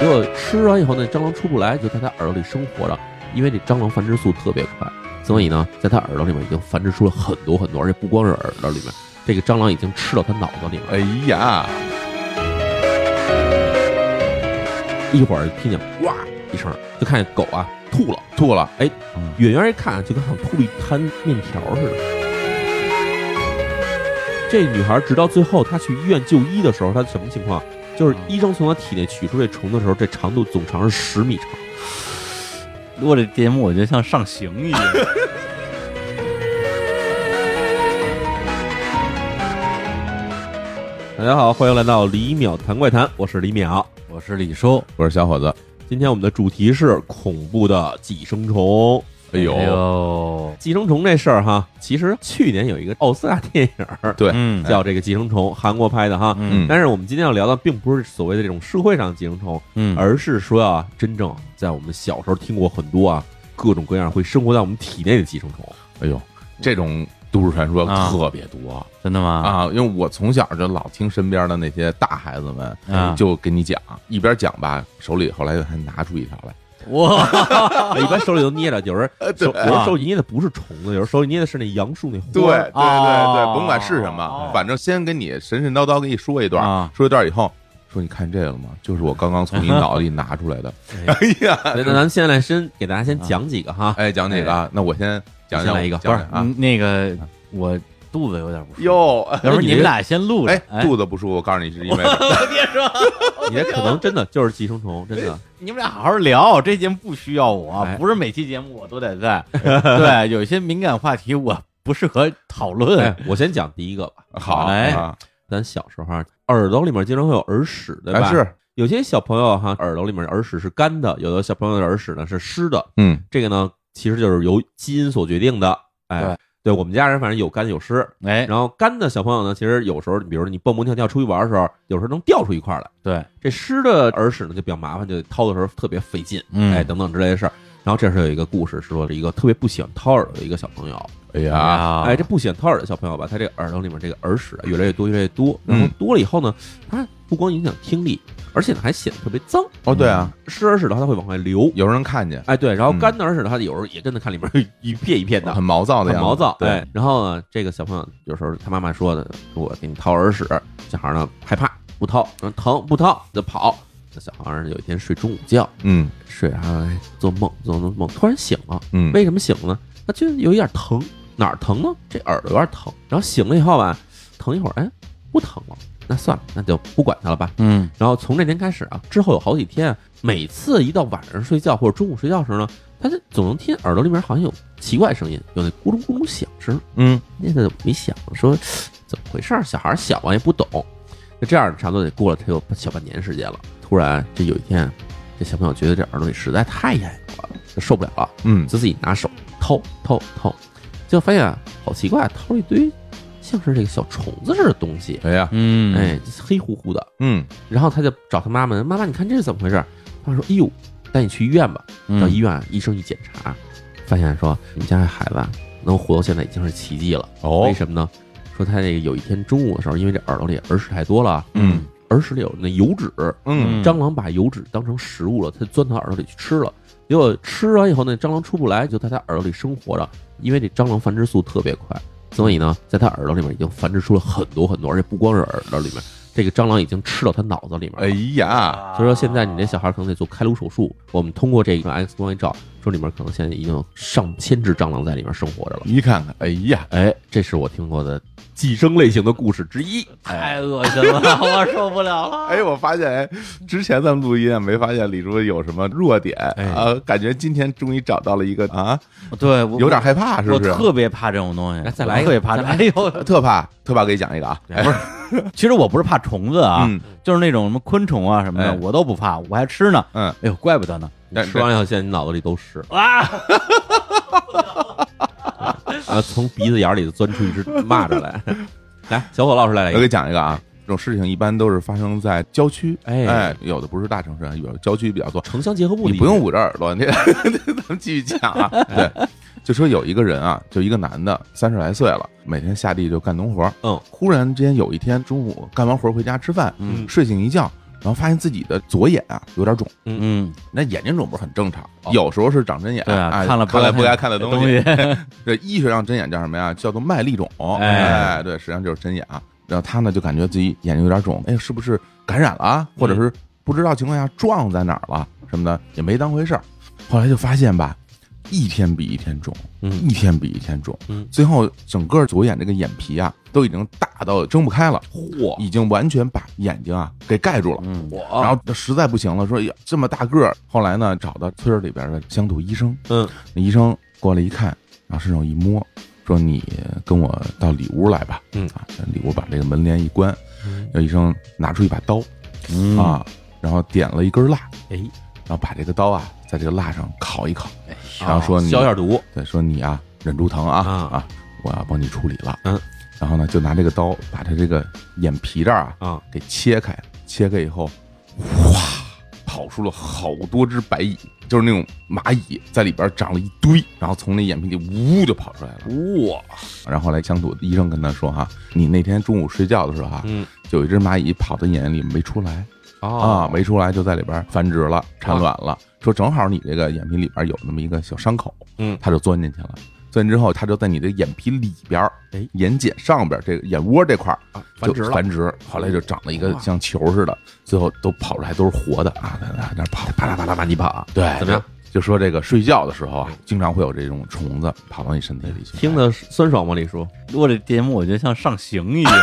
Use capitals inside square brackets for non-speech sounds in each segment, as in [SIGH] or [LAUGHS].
个吃完以后，那蟑螂出不来，就在它耳朵里生活着。因为这蟑螂繁殖速度特别快，所以呢，在它耳朵里面已经繁殖出了很多很多，而且不光是耳朵里面，这个蟑螂已经吃到它脑子里面了。哎呀，一会儿听见哇一声，就看见狗啊吐了，哎吐了，远远一看就跟好像吐了一滩面条似的。这女孩直到最后她去医院就医的时候，她什么情况？啊就是医生从她体内取出这虫的时候，这长度总长是十米长。录这节目，我觉得像上刑一样。大家好，欢迎来到李淼谈怪谈，我是李淼。我是李叔，我说小伙子，今天我们的主题是恐怖的寄生虫。哎呦，呦，寄生虫这事儿哈，其实去年有一个奥斯卡电影儿对，嗯叫这个《寄生虫》，韩国拍的哈。嗯但是我们今天要聊的并不是所谓的这种社会上的寄生虫，嗯而是说啊，真正在我们小时候听过很多啊，各种各样会生活在我们体内的寄生虫。哎呦，这种都市传说啊特别多真的吗？啊，因为我从小就老听身边的那些大孩子们啊就给你讲，一边讲吧，手里后来还拿出一条来，哇，哎一般手里都捏着，有人呃 [LAUGHS] 手有人啊手里捏的不是虫子，有人手里捏的是那杨树那花。对对对对，哦甭管是什么哦，反正先跟你神神叨叨给你说一段啊，啊说一段以后，说你看这个了吗？就是我刚刚从你脑里拿出来的。哎呀，那那咱们现在先给大家先讲几个哈， [LAUGHS] 哎，讲哪个啊？那我先讲先来一个不讲是讲啊。那个我肚子有点不舒服，哟，要不哎然你你这们俩先录着哎，，肚子不舒服，我告诉你是因为 [LAUGHS] 别说， [LAUGHS] 你这可能真的就是寄生虫，真的。 [LAUGHS] 你们俩好好聊，这节目不需要我哎，不是每期节目我都得在， [LAUGHS] 对，有一些敏感话题我不适合讨论哎，，我先讲第一个吧。好哎啊，咱小时候啊，耳朵里面经常会有耳屎，对吧？哎是，有些小朋友哈，耳朵里面耳屎是干的，有的小朋友的耳屎呢是湿的。嗯，这个呢，其实就是由基因所决定的。哎，对我们家人反正有干有湿。哎，然后干的小朋友呢，其实有时候，比如说你蹦蹦跳跳出去玩的时候，有时候能掉出一块来。对，这湿的耳屎呢，就比较麻烦，就掏的时候特别费劲，嗯哎，等等之类的事儿。然后这时候有一个故事，是说一个特别不喜欢掏耳朵的一个小朋友，哎呀，哎，这不喜欢掏耳的小朋友吧，他这个耳朵里面这个耳屎啊越来越多，越来越多，嗯然后多了以后呢，他不光影响听力，而且呢还显得特别脏。嗯哦对啊，湿耳屎的话，它会往外流。有人看见，哎，对，然后嗯干的耳屎的话，有时候也跟着看里面一片一片的，很毛躁的很样子，毛躁。对哎，，然后呢，这个小朋友有时候他妈妈说的，说我给你掏耳屎，小孩呢害怕不掏，说疼不掏就跑。那小孩儿有一天睡中午觉，嗯睡着哎做梦做梦梦，突然醒了，嗯，为什么醒了呢？他觉得有一点疼，哪儿疼呢？这耳朵有点疼。然后醒了以后吧，疼一会儿，哎，不疼了，那算了，那就不管它了吧。嗯然后从那天开始啊，之后有好几天啊，每次一到晚上睡觉或者中午睡觉的时候呢，他就总能听见耳朵里面好像有奇怪声音，有那咕噜咕噜响声。嗯那个没想说怎么回事儿，小孩儿小啊也不懂。那这样差不多得过了得有小半年时间了。突然这有一天，这小朋友觉得这耳朵里实在太痒了，就受不了了。嗯，就自己拿手掏掏掏，结果发现啊，好奇怪，掏了一堆像是这个小虫子似的东西，哎呀，嗯，哎，黑乎乎的。嗯然后他就找他妈妈，妈妈，你看这是怎么回事？妈妈说，哎呦，带你去医院吧。到医嗯，院，啊医生一检查，发现说你们家这孩子啊能活到现在已经是奇迹了。哦为，什么呢？说他这个有一天中午的时候，因为这耳朵里耳屎太多了，啊嗯耳屎里有那油脂，嗯蟑螂把油脂当成食物了，它钻到耳朵里去吃了。结果吃完以后，那蟑螂出不来，就在它耳朵里生活着。因为这蟑螂繁殖速度特别快，所以呢，在它耳朵里面已经繁殖出了很多很多，而且不光是耳朵里面，这个蟑螂已经吃到它脑子里面了。哎呀，啊所以说现在你这小孩可能得做开颅手术。我们通过这个 X 光一照，说里面可能现在已经有上千只蟑螂在里面生活着了。你看看，哎呀，哎，这是我听过的寄生类型的故事之一。太恶心了，我受不了了，哎，我发现哎，之前咱们录音啊，没发现李叔有什么弱点哎啊，感觉今天终于找到了一个啊，对，我有点害怕是我不是？特别怕这种东西，来再来一我个特别怕这。再来哎呦，特怕，特怕给你讲一个啊，哎不是， [LAUGHS] 其实我不是怕虫子啊，嗯就是那种什么昆虫啊什么的，哎我都不怕，我还吃呢。嗯，哎呦，怪不得呢。你吃完以后，现在你脑子里都是。啊，啊，从鼻子眼里钻出一只蚂蚱来。 [LAUGHS] 来，小伙老师来我来一给个，你讲一个啊，这种事情一般都是发生在郊区，哎哎，有的不是大城市，有的郊区比较多。城乡结合部你里不用捂着耳朵，你 [LAUGHS] 咱们继续讲啊。对，就说有一个人啊，就一个男的，三十来岁了，每天下地就干农活。嗯，忽然之间有一天中午干完活回家吃饭，嗯睡醒一觉，然后发现自己的左眼啊有点肿，嗯，那眼睛肿不是很正常哦，有时候是长针眼，对啊哎看了不看该了不该看的东西。西， [LAUGHS] 这医学上针眼叫什么呀？叫做麦粒肿。哎哎，对，实际上就是针眼啊。然后他呢就感觉自己眼睛有点肿，哎，是不是感染了啊？或者是不知道情况下撞在哪儿了什么的，也没当回事儿。后来就发现吧，一天比一天肿，嗯一天比一天肿嗯，最后整个左眼这个眼皮啊都已经大到睁不开了，嚯，已经完全把眼睛啊给盖住了。嗯，然然后实在不行了，说哎呀这么大个儿，后来呢找到村儿里边的乡土医生，嗯，那医生过来一看，啊然后伸手一摸，说你跟我到里屋来吧，嗯啊，里屋把这个门帘一关，那医生拿出一把刀、嗯，啊，然后点了一根蜡，哎，然后把这个刀啊在这个蜡上烤一烤，然后说你啊消一下毒，对，说你啊忍住疼啊啊啊，我要帮你处理了，嗯，然后呢就拿这个刀把他这个眼皮这儿啊啊给切开，切开以后，哇，跑出了好多只白蚁，就是那种蚂蚁在里边长了一堆，然后从那眼皮里呜就跑出来了。哇，然后后来乡土医生跟他说哈、你那天中午睡觉的时候哈、嗯就有一只蚂蚁跑到眼里没出来啊，没出来就在里边繁殖了，产卵啊了。说正好你这个眼皮里边有那么一个小伤口，嗯它就钻进去了。钻进之后，它就在你的眼皮里边儿哎，眼睑上边儿这个眼窝这块儿啊就繁殖了，繁殖，后来就长了一个哇像球似的，最后都跑出来都是活的啊，在在那儿跑，啪啦啪啦把你跑，对，怎么样就？就说这个睡觉的时候啊，经常会有这种虫子跑到你身体里去，听着酸爽吗？李叔，录这节目我觉得像上刑一样， [LAUGHS]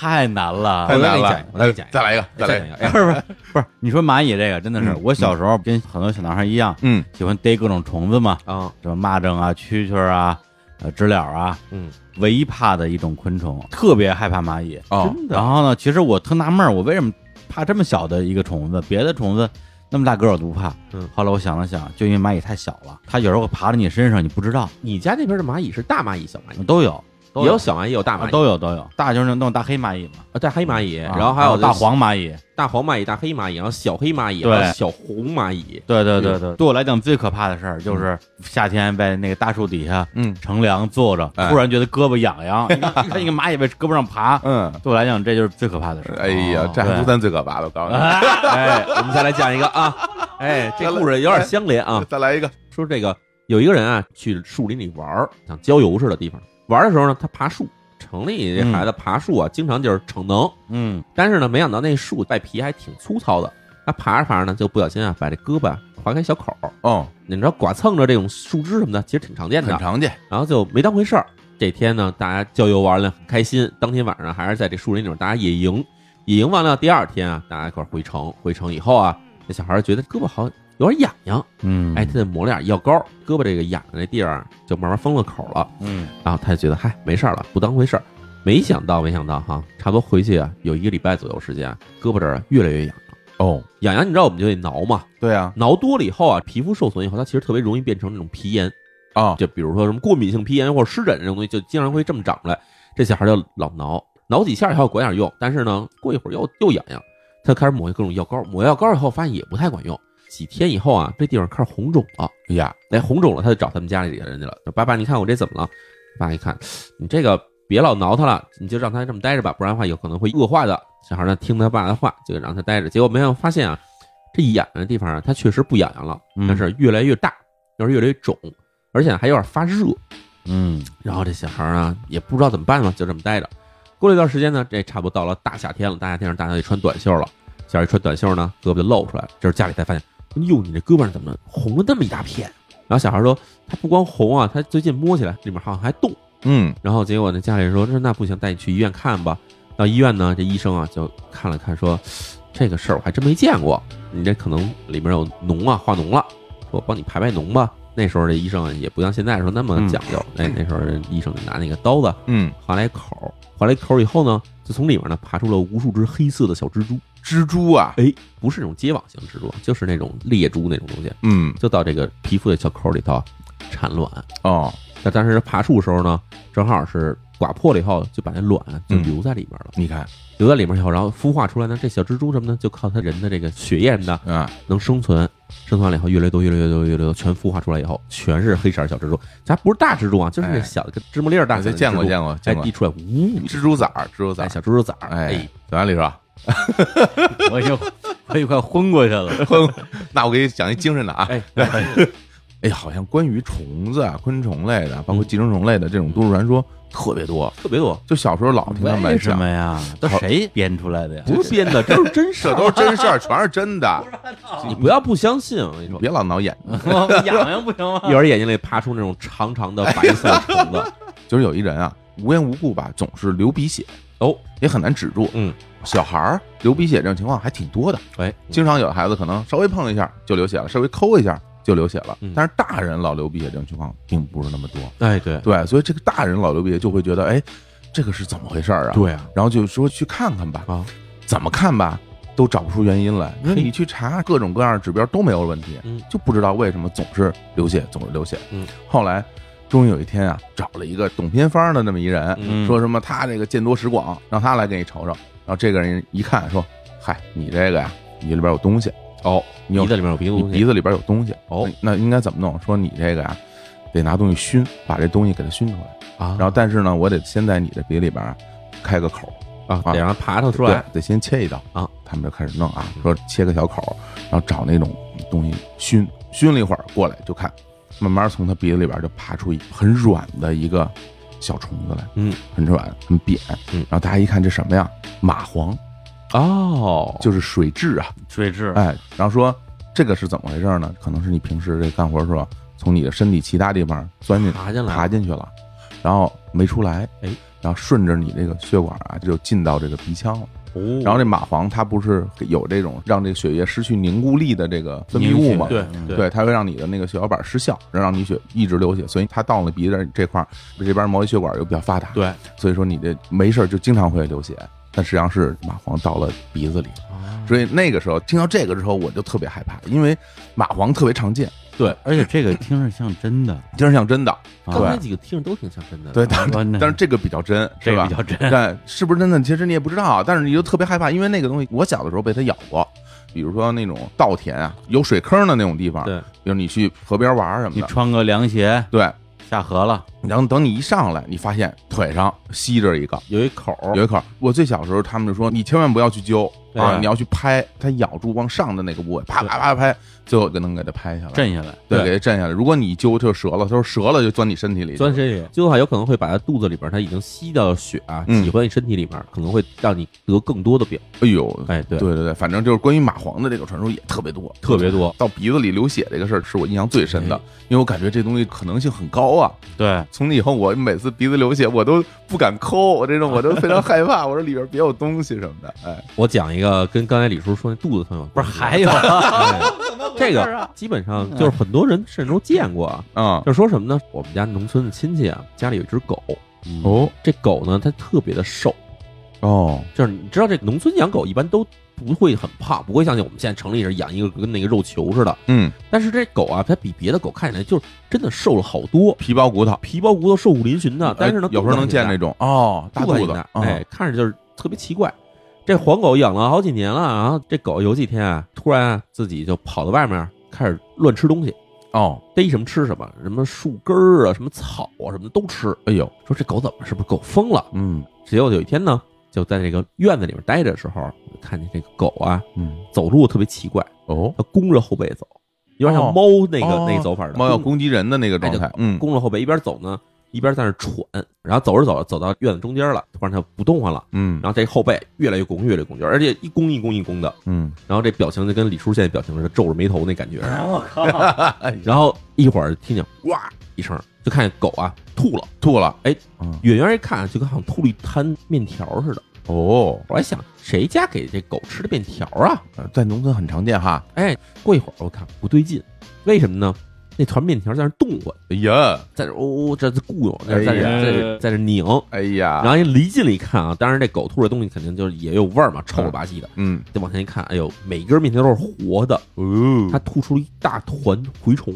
太难了，太难我再给了你讲一个我再给你讲一个再来一个，再来一个，个，哎不是不是不是，你说蚂蚁这个真的是，嗯我小时候跟很多小男孩一样，嗯喜欢逮各种虫子嘛，啊，什么蚂蚱啊、蛐蛐啊、呃知了啊，嗯，唯一怕的一种昆虫，特别害怕蚂蚁。哦，真的，然后呢，其实我特纳闷儿，我为什么怕这么小的一个虫子？别的虫子那么大个儿我都不怕。嗯后来我想了想，就因为蚂蚁太小了，它有时候会爬到你身上，你不知道，你家那边的蚂蚁是大蚂蚁、小蚂蚁，都有，都也有小蚂蚁，也有大蚂啊蚁，都有都有，大就是那种大黑蚂蚁嘛，啊大黑蚂蚁，啊然后还有大黄蚂蚁。大黄蚂蚁、大黑蚂蚁，然后小黑蚂蚁，对还有小红蚂蚁，对对对对，对我来讲最可怕的事儿就是夏天在那个大树底下嗯乘凉坐着，哎突然觉得胳膊痒痒，一看一看一个蚂蚁在胳膊上爬，嗯，对我来讲这就是最可怕的事儿。哎呀哦，这还对不算最可怕的，我告诉你，哎，我们再来讲一个啊，哎，这故事有点相连啊，再来一个，说这个有一个人啊，去树林里玩儿，像郊游似的地方玩儿的时候呢，他爬树。城里这孩子爬树啊，经常就是逞能，嗯，但是呢，没想到那树外皮还挺粗糙的。他爬着爬着呢，就不小心啊，把这胳膊啊划开小口儿。哦，你知道剐蹭着这种树枝什么的，其实挺常见很的。常见，然后就没当回事儿。这天呢，大家郊游玩了很开心，当天晚上还是在这树林里面大家野营。野营完了，第二天啊，大家一块儿回城。回城以后啊，那小孩儿觉得胳膊好像有点痒痒，嗯，哎，他得抹了点药膏，胳膊这个痒的那地儿啊就慢慢封了口了。嗯，然后他就觉得嗨，没事儿了，不当回事儿。没想到，没想到哈，差不多回去啊，有一个礼拜左右时间啊，胳膊这儿啊越来越痒了。哦，痒痒，你知道我们就得挠嘛，对啊，挠多了以后啊，皮肤受损以后，它其实特别容易变成那种皮炎，啊，就比如说什么过敏性皮炎或者湿疹这种东西，就经常会这么长出来。这小孩就老挠，挠几下以后管点用，但是呢，过一会儿又又痒痒，他就开始抹各种药膏，抹药膏以后发现也不太管用。几天以后啊，这地方开始红肿了，哎呀，哎，红肿了，他就找他们家里人去了，说爸爸，你看我这怎么了？爸一看，你这个别老挠他了，你就让他这么待着吧，不然的话有可能会恶化的。小孩呢听他爸的话，就让他待着，结果没有发现啊，这痒的地方啊，它确实不痒痒了，但是越来越大，就是越来越肿，而且还有点发热。嗯，然后这小孩儿啊也不知道怎么办嘛，就这么待着。过了一段时间呢，这差不多到了大夏天了，大夏天上大家得穿短袖了。小孩一穿短袖呢，胳膊就露出来了。这时候家里才发现，哟，你这胳膊上怎么红了那么一大片？然后小孩说，他不光红啊，他最近摸起来里面好像还动。嗯，然后结果呢，家里人说，那那不行，带你去医院看吧。到医院呢，这医生啊就看了看说，这个事儿我还真没见过，你这可能里面有脓啊，化脓了，说我帮你排排脓吧。那时候这医生啊也不像现在说那么讲究，那那时候人医生就拿那个刀子嗯，划了一口儿，划了一口儿以后呢，就从里面呢爬出了无数只黑色的小蜘蛛，蜘蛛啊，哎，不是那种结网型蜘蛛，啊就是那种猎蛛那种东西，嗯，就到这个皮肤的小口里头啊产卵。哦，那当时爬树的时候呢，正好是刮破了以后，就把那卵就留在里面了。你看留在里面以后，然后孵化出来呢，这小蜘蛛什么呢，就靠它人的这个血液什么的啊，能生存，生存完了以后越来越多，越来越多，越来越多，全孵化出来以后，全是黑色小蜘蛛，咱不是大蜘蛛啊，就是那哎小的跟芝麻粒儿大大小的家蜘蛛。见过见过见哎，过一出来，呜，蜘蛛崽儿，蜘蛛崽哎，儿，小蜘蛛崽儿，哎，，怎么样，李叔？我已经我已经快昏过去了。 [LAUGHS] 那我给你讲一精神的啊，哎，哎，好像关于虫子啊、昆虫类的，包嗯括寄生虫类的这种都市传说特别多。特别多，就小时候老听他们为来什讲么，呀？都谁编出来的呀？ [LAUGHS] 不是编的，这是真事 [LAUGHS] 这儿。都是真事儿，全是真的，你不要不相信，我跟你说，别老挠眼睛。我痒痒不行吗？一会儿眼睛里爬出那种长长的白色的虫子。就是有一人啊，无缘无故吧，总是流鼻血，哦，也很难止住。嗯，小孩儿流鼻血这种情况还挺嗯多的，哎，经常有孩子可能稍微碰一下就流血了，稍微抠一下就流血了嗯。但是大人老流鼻血这种情况并不是那么多。哎，对，对，所以这个大人老流鼻血就会觉得，哎，这个是怎么回事儿啊？对啊，然后就说去看看吧，啊，怎么看吧，都找不出原因来。因为嘿你去查各种各样的指标都没有问题，嗯就不知道为什么总是流血，总是流血。嗯，后来终于有一天啊，找了一个懂偏方的那么一人，嗯说什么他这个见多识广，让他来给你瞅瞅。然后这个人一看说：“嗨，你这个呀、你里边有东西，哦，你有鼻子里面有鼻你子，鼻子里边有东西。哦那，那应该怎么弄？说你这个呀、得拿东西熏，把这东西给它熏出来。啊，然后，但是呢，我得先在你的鼻里边啊开个口，啊，啊得让它爬上出对来，，得先切一刀啊。他们就开始弄啊，说切个小口，然后找那种东西熏，熏了一会儿过来就看，慢慢从他鼻子里边就爬出一很软的一个小虫子来，嗯，很软很扁，嗯然后大家一看这什么呀？蚂蟥，哦，就是水蛭啊，水蛭，哎，然后说这个是怎么回事呢？可能是你平时这干活的时候从你的身体其他地方钻进爬进来，爬进去了，然后没出来，哎，然后顺着你这个血管啊，就进到这个鼻腔了。哦，然后这蚂蟥它不是有这种让这血液失去凝固力的这个分泌物凝吗？血对嗯对，它会让你的那个血小板失效，让你血一直流血，所以它到了鼻子这块儿，这边毛细血管又比较发达，对，所以说你这没事儿就经常会流血，但实际上是蚂蟥到了鼻子里。所以那个时候听到这个之后，我就特别害怕，因为蚂蟥特别常见，对，而且这个听着像真的，听着像真的，啊刚才几个听着都挺像真的，对，，但真的但是这个比较 [LAUGHS] 真，嗯这是个吧比？较真。对，是不是真的？其实你也不知道，啊但是你就特别害怕，因为那个东西，我小的时候被它咬过，比如说那种稻田啊，有水坑的那种地方，对比如你去河边玩儿什么你的，穿个凉鞋对，下河了，然后等你一上来，你发现腿上吸着一个。有一口儿，有一口，我最小的时候，他们就说你千万不要去揪对啊，你要去拍，它咬住往上的那个部位，啪啪啪拍，最后就能给它拍下来，震下来，对，对给它震下来。如果你一揪，它就折了，它说折了就钻你身体里，钻身里，最后还有可能会把它肚子里边儿它已经吸到血啊，嗯挤回你身体里面儿，可能会让你得更多的病。哎呦，哎，对对，对对，反正就是关于蚂蟥的这个传说也特别多，特别哎多。到鼻子里流血这个事儿是我印象最深的，因为我感觉这东西可能性很高啊。对，从那以后，我每次鼻子流血，我都不敢抠，我这种我都非常害怕，我说里边别有东西什么 [LAUGHS] 的。哎，我讲一个跟刚才李叔说那肚子疼有关不是还有啊 [LAUGHS] 哎这个基本上就是很多人甚至都见过啊。啊、就说什么呢？我们家农村的亲戚啊，家里有一只狗，嗯哦这狗呢它特别的瘦，哦，就是你知道这农村养狗一般都不会很胖，不会像我们现在城里人养一个跟那个肉球似的。嗯，但是这狗啊，它比别的狗看起来就是真的瘦了好多，皮包骨头，皮包骨头、瘦骨嶙峋的。但是呢哎，有时候能见那种哦，大肚肚子很子大，嗯哎，看着就是特别奇怪。这黄狗养了好几年了啊，这狗有几天啊，突然啊自己就跑到外面开始乱吃东西，哦，逮什么吃什么，什么树根儿啊、什么草啊、什么的都吃。哎呦，说这狗怎么是不是狗疯了？嗯结果有一天呢，就在这个院子里面待着的时候，看见这个狗啊嗯，走路特别奇怪，哦，它弓着后背走，有点像哦猫那个、哦那个走法的，猫要攻击人的那个状态哎，嗯，弓着后背，一边走呢，一边在那喘，然后走着走着走到院子中间了，突然它不动弹了，嗯然后这后背越来越拱，越来越拱，而且一弓一弓一弓的，嗯，然后这表情就跟李叔现在表情似的，皱着眉头那感觉。哎我靠，然后一会儿听见哇一声，就看见狗啊吐了，吐了，哎嗯，远远一看就跟好像吐了一滩面条似的。哦，我还想谁家给这狗吃的面条啊？呃在农村很常见哈，哎，过一会儿我看不对劲，为什么呢？那团面条在那动唤，哎呀，在这呜呜在这咕哝，在这在这哎呀在这在这拧。哎呀，然后一离近了一看啊，当然这狗吐这东西肯定就是也有味儿嘛，臭了吧唧的。嗯，再往前一看，哎呦，每根面条都是活的，哦它吐出了一大团蛔虫。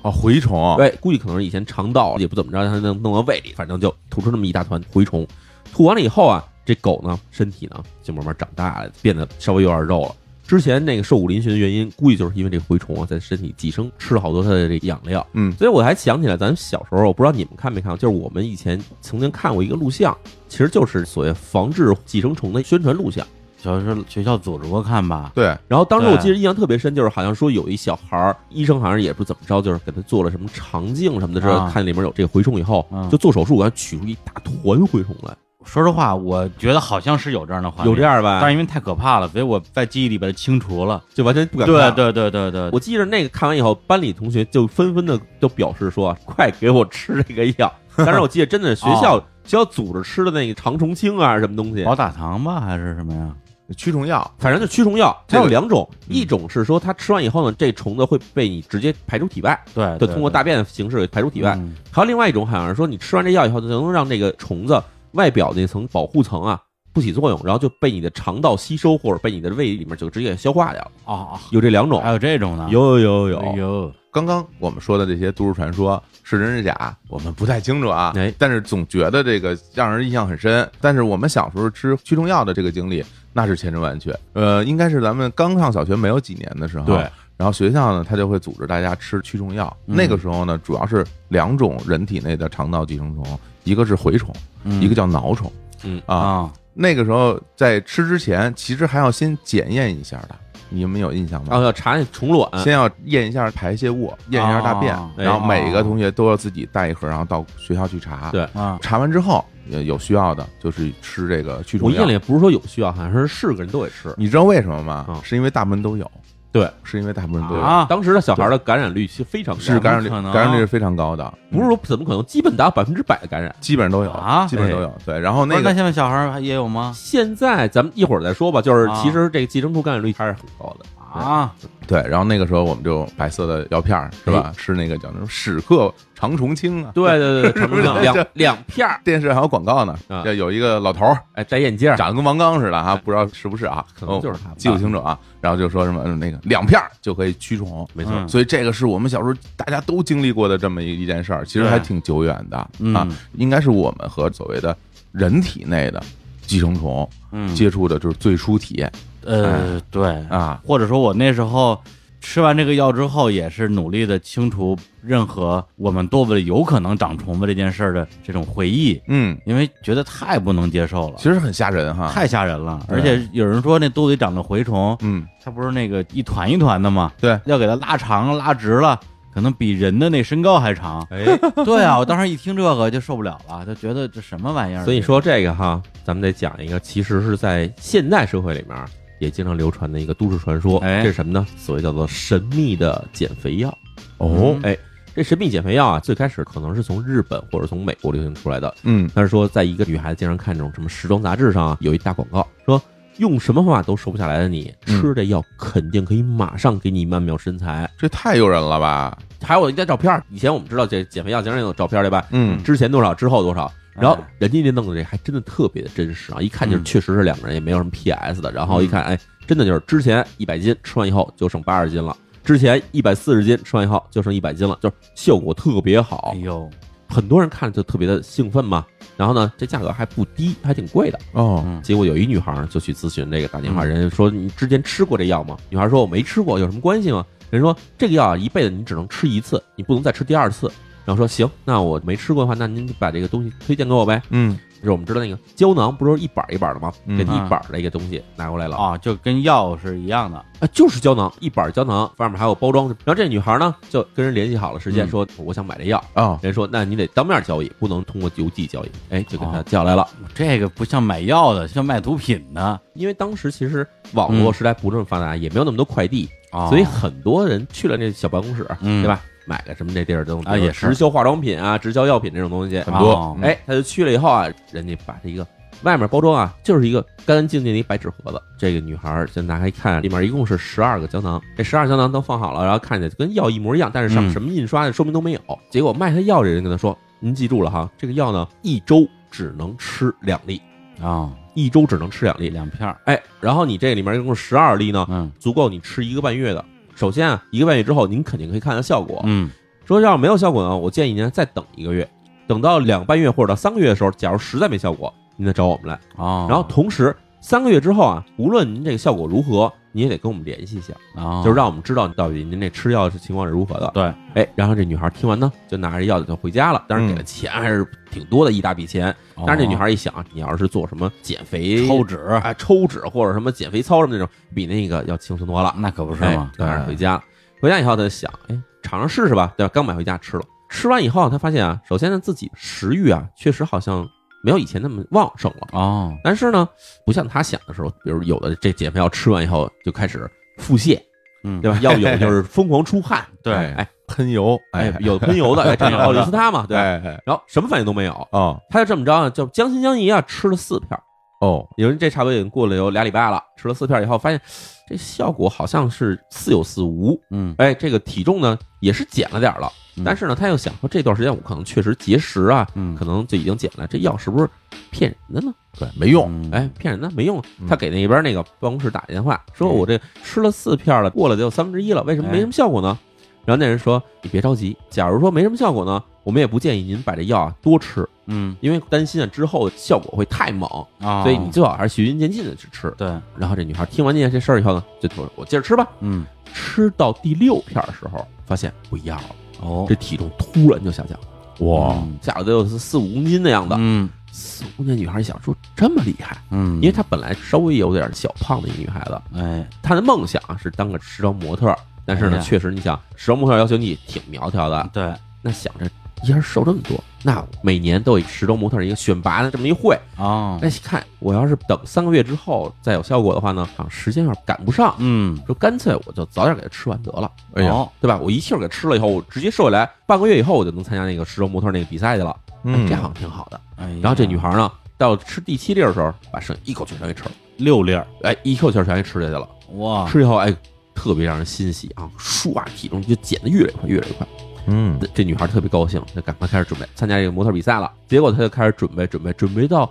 啊，蛔虫，对，哎估计可能是以前肠道也不怎么着，它能弄到胃里，反正就吐出那么一大团蛔虫。吐完了以后啊，这狗呢，身体呢就慢慢长大了，变得稍微有点肉了。之前那个瘦骨嶙峋的原因，估计就是因为这蛔虫啊在身体寄生，吃了好多它的这个养料。嗯所以我还想起来，咱们小时候，我不知道你们看没看过，就是我们以前曾经看过一个录像，其实就是所谓防治寄生虫的宣传录像。 [LAUGHS] 小时候学校组织过看吧，对，然后当时对我记得印象特别深，就是好像说有一小孩儿，医生好像也不怎么着，就是给他做了什么肠镜什么的，之后啊看里面有这个蛔虫以后嗯，就做手术，给他取出一大团蛔虫来，说实话，我觉得好像是有这样的画面，有这，样但吧？是因为太可怕了，所以我在记忆里把它清除了。哎就完全不敢看对对对对对，我记着那个看完以后，班里同学就纷纷的就表示说：“快给我吃这个药！”但是我记得真的学校、学校组织吃的那个肠虫清啊，什么东西，宝打糖吧还是什么呀？驱虫药反正就驱虫药，它这个有两种，嗯一种是说它吃完以后呢，这虫子会被你直接排出体外，对，就啊对通过大便的形式给排出体外；嗯还有另外一种好像是说你吃完这药以后，就能让这个虫子外表那层保护层啊。不起作用，然后就被你的肠道吸收，或者被你的胃里面就直接消化掉了。哦，有这两哦种还，有这种呢？有有哎有，呦，刚刚我们说的这些都市传说是真是假，我们不太清楚啊。哎但是总觉得这个让人印象很深。但是我们小时候吃驱虫药的这个经历，那是千真万确。呃，应该是咱们刚上小学没有几年的时候，对。然后学校呢，他就会组织大家吃驱虫药。嗯那个时候呢，主要是两种人体内的肠道寄生虫，一个是蛔虫，一个叫叫挠虫。嗯啊，嗯啊，那个时候在吃之前，其实还要先检验一下的。你们有印象吗啊然？后要啊查那虫卵，先要验一下排泄物，验一下大便，哦然后嗯哎每个同学都要自己带一盒，然后到学校去查。对啊，查完之后，呃有需要的就是吃这个驱我虫印象药里。也不是说有需要，好像是是个人都得吃。你知道为什么吗嗯？是因为大部分都有。对，是因为大部分都有，啊当时的小孩的感染率是非常高的，是感染率怎么可能感染率是非常高的，嗯不是说怎么可能，基本达到百分之百的感染。基本上都有啊基本上都有。对，然后不是那那个现在小孩儿还也有吗？现在咱们一会儿再说吧，就是啊其实这个寄生虫感染率还是很高的。啊，对，然后那个时候我们就白色的药片儿是哎吧？吃那个叫什么屎壳长虫清啊。对对对对，差不 [LAUGHS] 是多不是两这两片儿，电视还有广告呢啊，这有一个老头儿哎，摘眼镜儿，长得跟王刚似的哈，不知道是不是啊？可能就是他吧哦记不清楚啊。然后就说什么嗯那个两片儿就可以驱虫，没错，嗯所以这个是我们小时候大家都经历过的这么一一件事儿，其实还对挺久远的嗯啊，应该是我们和所谓的人体内的寄生虫嗯，接触的就是最初体验呃，对，嗯啊。或者说我那时候呃吃完这个药之后，也是努力的清除任何我们肚子里有可能长虫子这件事儿的这种回忆，嗯，因为觉得太不能接受了其。实很吓人哈。太吓人了，对而且有人说那肚子里长的蛔虫，嗯，它不是那个一团一团的吗？对，要给它拉长拉直了，可能比人的那身高还长。哎，对啊，我当时一听这个就受不了了，就觉得这什么玩意儿？所以说这个哈，咱们得讲一个，其实是在现代社会里面也经常流传的一个都市传说，哎这是什么呢？所谓叫做神秘的减肥药。哦嗯，哎，这神秘减肥药啊，最开始可能是从日本或者从美国流行出来的。嗯他是说，在一个女孩子经常看这种什么时装杂志上啊，有一大广告说，用什么方法都瘦不下来的你，嗯吃这药肯定可以马上给你曼妙身材。这太诱人了吧？还有一张照片儿，以前我们知道这减肥药经常有照片儿对吧？嗯，之前多少，之后多少。然后哎人家那弄的这还真的特别的真实啊，一看就是嗯确实是两个人也没有什么 PS 的。然后一看，哎，真的就是之前一百斤吃完以后就剩八十斤了，之前一百四十斤吃完以后就剩一百斤了，就是效果特别好哎，呦，很多人看着就特别的兴奋嘛。然后呢，这价格还不低，还挺贵的。哦，嗯结果有一女孩儿就去咨询这个打电话，嗯人家说你之前吃过这药吗？女孩说我没吃过，有什么关系吗？人说这个药啊，一辈子你只能吃一次，你不能再吃第二次。然后说行，那我没吃过的话，那您就把这个东西推荐给我呗。嗯，就是我们知道那个胶囊不是一板儿一板儿的吗？嗯给它一板儿的一个东西拿过来了，啊，就跟药是一样的，啊，就是胶囊，一板儿胶囊，外面还有包装。然后这女孩呢就跟人联系好了时间，嗯说我想买这药。哦，人说那你得当面交易，不能通过邮寄交易。哎，就给他哦叫来了。这个不像买药的，像卖毒品的，因为当时其实网络嗯时代不是那么发达，也没有那么多快递，啊所以很多人去了那小办公室，嗯对吧？买个什么这地儿都啊也是直销化妆品啊，直销药品这种东西。很多哦嗯哎，他就去了以后啊，人家把这一个外面包装啊，就是一个干干净净的一白纸盒子。这个女孩儿就拿开一看，里面一共是十二个胶囊，这十二胶囊都放好了，然后看起来就跟药一模一样，但是上面嗯什么印刷的说明都没有。结果卖他药这人跟他说：“您记住了哈，这个药呢，一周只能吃两粒，啊，一周只能吃两粒。”两片儿，哎，然后你这里面一共十二粒呢，嗯足够你吃一个半月的。首先啊，一个半月之后，您肯定可以看到效果。嗯说要是没有效果呢，我建议您再等一个月，等到两个半月或者到三个月的时候，假如实在没效果，您再找我们来。啊，然后同时，三个月之后啊，无论您这个效果如何，你也得跟我们联系一下，啊，就是让我们知道到底您这吃药的情况是如何的。对，哎，然后这女孩听完呢，就拿着药就回家了。当嗯然给的钱还是挺多的，一大笔钱。但是这女孩一想，你要是做什么减肥哦抽脂，啊、抽脂或者什么减肥操什么那种，比那个要轻松多了。那可不是哎吗？当然回家了。回家以后，她就想，哎，尝尝试试吧，对吧？刚买回家吃了，吃完以后，她发现啊，首先呢，自己食欲啊，确实好像没有以前那么旺盛了。哦，但是呢，不像她想的时候，比如有的这减肥药吃完以后就开始腹泻，嗯，对吧？要不有的就是疯狂出汗， [LAUGHS] 对哎，喷油，哎，有喷油的，哎，这叫奥利司他 [LAUGHS] 嘛，对吧。哎哎然后什么反应都没有，哦她就这么着啊，就将信将疑啊，吃了四片儿。哦，有人这差不多已经过了有俩礼拜了，吃了四片以后，发现这效果好像是似有似无。嗯哎，这个体重呢也是减了点儿了嗯，但是呢，他又想说这段时间我可能确实节食啊，嗯可能就已经减了，这药是不是骗人的呢？对，没用，嗯哎，骗人的没用啊嗯。他给那边那个办公室打电话，说嗯我这吃了四片了，过了得有三分之一了，为什么哎没什么效果呢？然后那人说：“你别着急，假如说没什么效果呢，我们也不建议您把这药啊多吃，嗯因为担心啊之后效果会太猛，啊，所以你最好还是循序渐进的去吃。”对，然后这女孩听完这件事儿以后呢，就说：“我接着吃吧。嗯”吃到第六片儿的时候，发现不一样了，哦这体重突然就下降了，哇，嗯下了得有四五公斤的样子。嗯四五公斤的女孩一想说这么厉害，嗯，因为她本来稍微有点小胖的一个女孩子，哎她的梦想啊是当个时装模特儿，但是哎呢，呀嗯确实你想时装模特儿要求你挺苗条的，啊对那想着一下瘦这么多，那每年都有时装模特儿一个选拔的这么一会，哦那看我要是等三个月之后再有效果的话呢，好像时间有点赶不上。嗯说干脆我就早点给它吃完得了，哎呀，哦对吧？我一气儿给吃了以后，我直接瘦下来，半个月以后我就能参加那个时装模特那个比赛去了，哎嗯这好像挺好的。哎呀然后这女孩呢，到吃第七粒儿的时候，把剩一口气儿全给吃了，六粒儿哎，一口气儿全给吃下去了。哇，吃以后，哎，特别让人欣喜啊，唰，体重就减的越来越快，越来越快。嗯这这女孩特别高兴，就赶快开始准备参加这个模特比赛了。结果她就开始准备，准备，准备到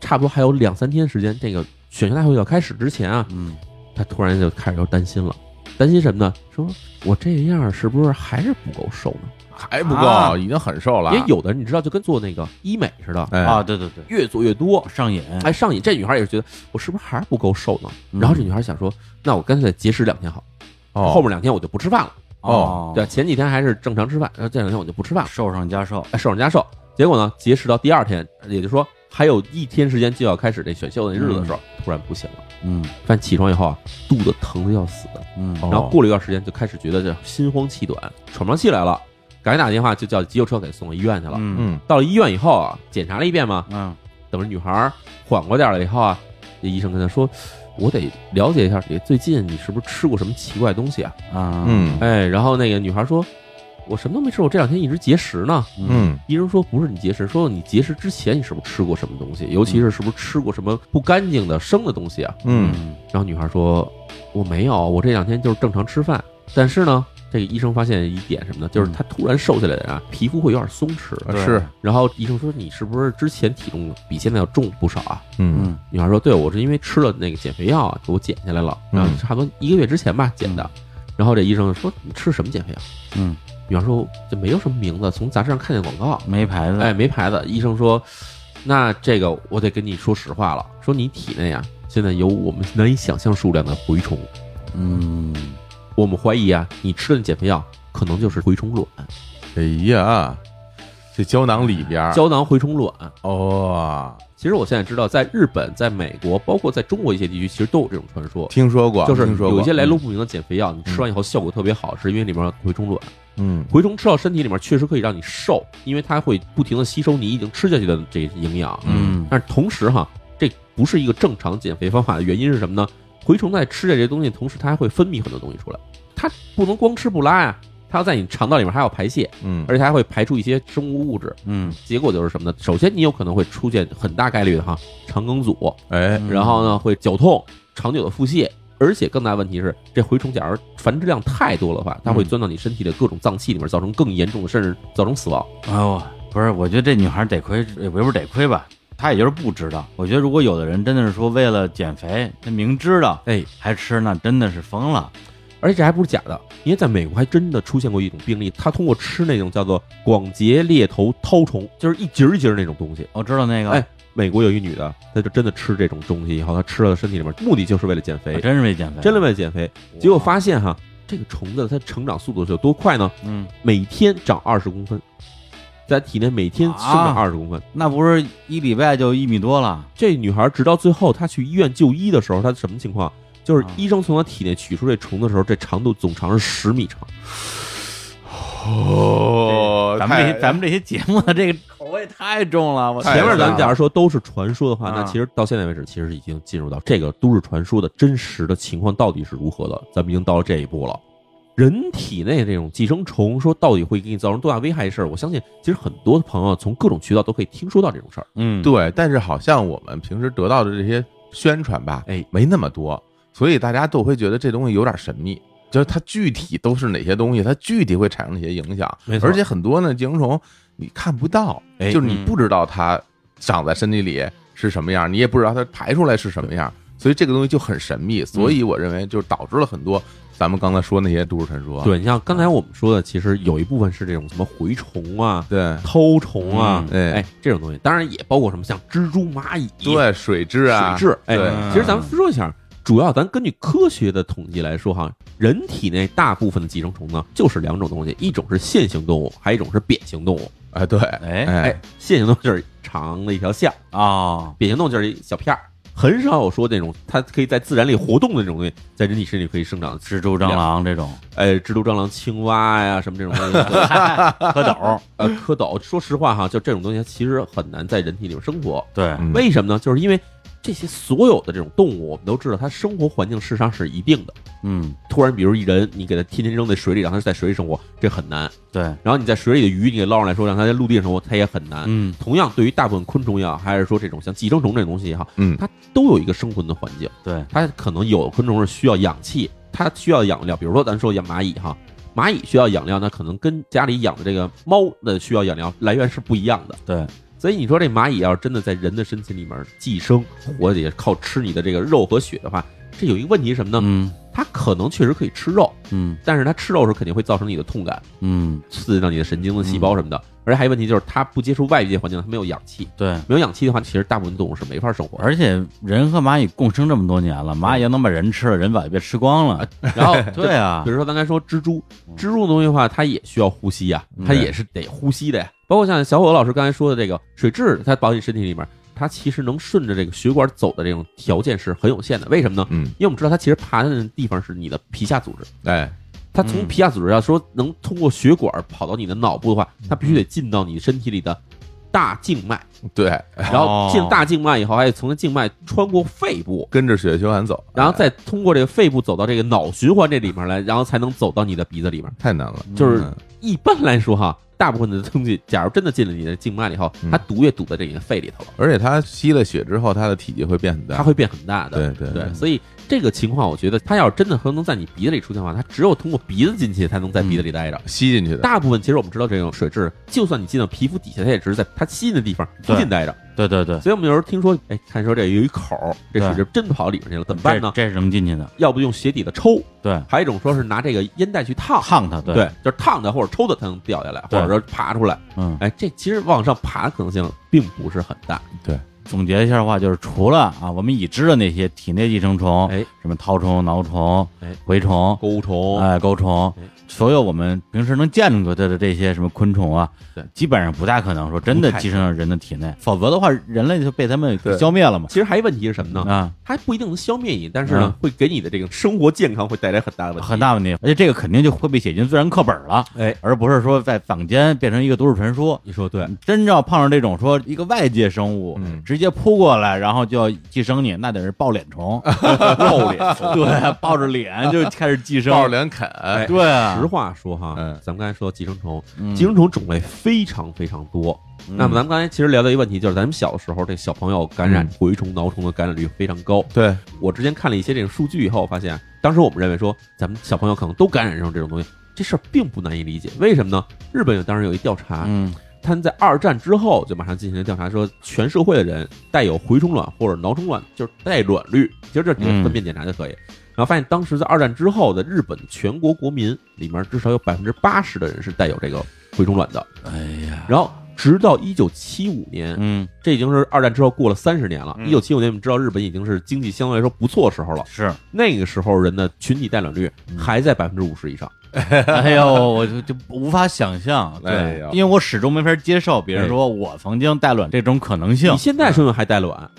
差不多还有两三天时间，这个选秀大会要开始之前啊，嗯她突然就开始有担心了，担心什么呢？说我这样是不是还是不够瘦呢？还不啊够，已经很瘦了，因为有的人你知道，就跟做那个医美似的，哎啊，对对对，越做越多，上瘾，哎，上瘾。这女孩也是觉得我是不是还是不够瘦呢？嗯然后这女孩想说，那我干脆节食两天好，哦后面两天我就不吃饭了。哦对吧，，前几天还是正常吃饭，然后这两天我就不吃饭了。瘦上加瘦，哎瘦上加瘦。结果呢，节食到第二天，也就是说还有一天时间就要开始这选秀的日子的时候，突然不行了。嗯但起床以后啊，肚子疼的要死啊的，嗯哦然后过了一段时间就开始觉得这心慌气短，喘不上气来了，赶紧打电话就叫急救车给送到医院去了。嗯嗯到了医院以后啊，检查了一遍嘛，嗯等着女孩儿缓过点儿了以后啊，这医生跟她说。我得了解一下你最近你是不是吃过什么奇怪东西啊？啊嗯哎，然后那个女孩说：“我什么都没吃，我这两天一直节食呢。”嗯医生说不是你节食，说你节食之前你是不是吃过什么东西，尤其是是不是吃过什么不干净的生的东西啊？嗯然后女孩说我没有，我这两天就是正常吃饭。但是呢，这个医生发现一点什么呢？就是她突然瘦下来的人啊，皮肤会有点松弛。啊对是然后医生说你是不是之前体重比现在要重不少啊？嗯嗯女孩说对，我是因为吃了那个减肥药啊，给我减下来了，嗯然后差不多一个月之前吧减的。然后这医生说你吃什么减肥药？嗯，女孩说这没有什么名字，从杂志上看见广告。没牌子，哎，没牌子。医生说，那这个我得跟你说实话了，说你体内啊，现在有我们难以想象数量的蛔虫，嗯我们怀疑啊，你吃的减肥药可能就是蛔虫卵，哎呀，这胶囊里边儿胶囊蛔虫卵。哦，其实我现在知道，在日本、在美国，包括在中国一些地区，其实都有这种传说，听说过，就是听说过嗯有一些来路不明的减肥药，你吃完以后效果特别好，是因为里面有蛔虫卵。嗯蛔虫吃到身体里面确实可以让你瘦，因为它会不停的吸收你已经吃下去的这营养。嗯但是同时哈，这不是一个正常减肥方法的原因是什么呢？蛔虫在吃这些东西的同时，它还会分泌很多东西出来，它不能光吃不拉呀、它要在你肠道里面还要排泄，嗯而且它还会排出一些生物物质。嗯结果就是什么呢？首先，你有可能会出现很大概率的哈肠梗阻，哎嗯然后呢会绞痛、长久的腹泻，而且更大问题是，这蛔虫假如繁殖量太多的话，它会嗯钻到你身体的各种脏器里面，造成更严重的，甚至造成死亡。哎呦，不是，我觉得这女孩得亏，也不是得亏吧，她也就是不知道。我觉得如果有的人真的是说为了减肥，她明知道哎，还吃，那真的是疯了。而且这还不是假的，因为在美国还真的出现过一种病例，他通过吃那种叫做广节裂头绦虫，就是一节儿一节儿那种东西，我知道那个，哎，美国有一女的，她就真的吃这种东西以后，她吃了身体里面，目的就是为了减肥，我啊真是为减肥，真的为了减肥。结果发现哈，这个虫子它成长速度是有多快呢？嗯，每天长二十公分，在体内每天生长啊二十公分。那不是一礼拜就一米多了，这女孩直到最后她去医院就医的时候，她什么情况？就是啊医生从她体内取出这虫的时候，这长度总长是十米长。哦哎咱们这些咱们这些节目的这个呃 [LAUGHS] 口味太重了，我太前面咱是们啊假如说都是传说的话，啊那其实到现在为止，其实已经进入到这个都市传说的真实的情况到底是如何的，咱们已经到了这一步了。人体内这种寄生虫，说到底会给你造成多大危害的事儿，我相信其实很多朋友从各种渠道都可以听说到这种事儿。嗯，对，但是好像我们平时得到的这些宣传吧，哎，没那么多，所以大家都会觉得这东西有点神秘。就是它具体都是哪些东西，它具体会产生哪些影响没，错而且很多呢寄生虫你看不到，哎就是你嗯不知道它长在身体里是什么样，你也不知道它排出来是什么样，所以这个东西就很神秘。所嗯以我认为就导致了很多咱们刚才说那些都市传说。对你像啊刚才我们说的，其实有一部分是这种什么蛔虫啊、对绦虫啊，嗯哎这种东西，当然也包括什么像蜘蛛、蚂蚁、对，水质啊，水质。哎对，其实咱们说一下，主要咱根据科学的统计来说哈，人体内大部分的寄生虫呢，就是两种东西，一种是线形动物，还有一种是扁形动物。哎，对，哎哎哎，线形动物就是长的一条线儿，哦，扁形动物就是一小片儿。很少有说那种它可以在自然里活动的那种东西，在人体身体可以生长的，蜘蛛、蟑螂这 [LAUGHS] 种哎，蜘蛛、蟑螂、青蛙呀，什么这种东西，对蝌蚪，呃，嗯蝌蚪。说实话哈，就这种东西其实很难在人体里面生活。对，嗯为什么呢？就是因为这些所有的这种动物，我们都知道它生活环境事实上是一定的。嗯，突然，比如一人，你给它天天扔在水里，让它在水里生活，这很难。对，然后你在水里的鱼，你给捞上来说，让它在陆地上生活，它也很难。嗯，同样，对于大部分昆虫也好，还是说这种像寄生虫这种东西也好，嗯它都有一个生存的环境。对，它可能有昆虫是需要氧气，它需要养料，比如说咱说养蚂蚁哈，蚂蚁需要养料，那可能跟家里养的这个猫的需要养料来源是不一样的。对，所以你说这蚂蚁要是真的在人的身体里面寄生，活着也靠吃你的这个肉和血的话，这有一个问题是什么呢？嗯，它可能确实可以吃肉，嗯，但是它吃肉的时候肯定会造成你的痛感，嗯，刺激到你的神经的细胞什么的。而且还有一个问题就是它不接触外界环境，它没有氧气，对。没有氧气的话，其实大部分动物是没法生活的。而且人和蚂蚁共生这么多年了，蚂蚁要能把人吃了，人早就被吃光了。然后对啊比，如说咱刚才说蜘蛛，蜘蛛的东西的话，它也需要呼吸呀、它也是得呼吸的呀。包括像小伙老师刚才说的这个水蛭，它保你身体里面，它其实能顺着这个血管走的这种条件是很有限的。为什么呢？嗯，因为我们知道它其实爬的地方是你的皮下组织，哎，它从嗯皮下组织要说能通过血管跑到你的脑部的话，它必须得进到你身体里的大静脉，对，哦然后进大静脉以后，还得从这静脉穿过肺部，跟着血液循环走，然后哎再通过这个肺部走到这个脑循环这里面来，然后才能走到你的鼻子里面。太难了，就是嗯一般来说哈，大部分的东西，假如真的进了你的静脉里以后嗯，它毒也堵在这你的肺里头了，而且它吸了血之后，它的体积会变很它大。会变很大的。对对所以这个情况，我觉得它要是真的能能在你鼻子里出现的话，它只有通过鼻子进去，才能在鼻子里待着。吸进去的，大部分其实我们知道，这种水蛭，就算你进到皮肤底下，它也只是在它吸进的地方附对近待着。对对对，所以我们有时候听说，哎，看说这有一口儿，这对水蛭真跑里面去了，怎么办这呢？这是能进去的，要不用鞋底子抽，对，还有一种说是拿这个烟袋去烫，烫它，对，对，就是烫它或者抽它才能掉下来，或对者说爬出来。嗯，哎，这其实往上爬的可能性并不是很大。总结一下的话，就是除了啊我们已知的那些体内寄生虫，哎，什么绦虫、挠虫哎、蛔虫、钩虫哎钩虫哎，所有我们平时能见着的这些什么昆虫啊对，基本上不大可能说真的不太寄生到人的体内，否则的话，人类就被他们给消灭了嘛。其实还有一问题是什么呢？啊，它不一定能消灭你，但是呢，会给你的这个生活健康会带来很大的问题。嗯很大问题，而且这个肯定就会被写进自然课本了，哎，而不是说在坊间变成一个都市传说。你说对，真要碰上这种说一个外界生物、嗯直接扑过来，然后就要寄生你，那得是抱脸虫， [LAUGHS] 露脸。 [LAUGHS] 对，抱着脸就开始寄生，抱着脸啃，哎对啊，实话说哈，嗯咱们刚才说寄生虫，嗯寄生虫种类非常非常多。嗯那么咱们刚才其实聊到一个问题，就是咱们小的时候，这小朋友感嗯染蛔虫、挠虫的感染率非常高。对，我之前看了一些这种数据以后，发现当时我们认为说，咱们小朋友可能都感染上这种东西，这事儿并不难以理解。为什么呢？日本有当时有一调查，嗯他们在二战之后就马上进行了调查，说全社会的人带有蛔虫卵或者挠虫卵，就是带卵率，其实这只是粪便检查就可以。然后发现，当时在二战之后的日本全国国民里面，至少有百分之八十的人是带有这个蛔虫卵的。哎呀，然后直到一九七五年，嗯，这已经是二战之后过了三十年了。嗯一九七五年，我们知道日本已经是经济相对来说不错时候了，是，那个时候人的群体带卵率还在百分之五十以上。哎呦，我就就无法想象，对，哎呦因为我始终没法接受别人哎说我曾经带卵这种可能性你，现在说明还带 [LAUGHS] 卵，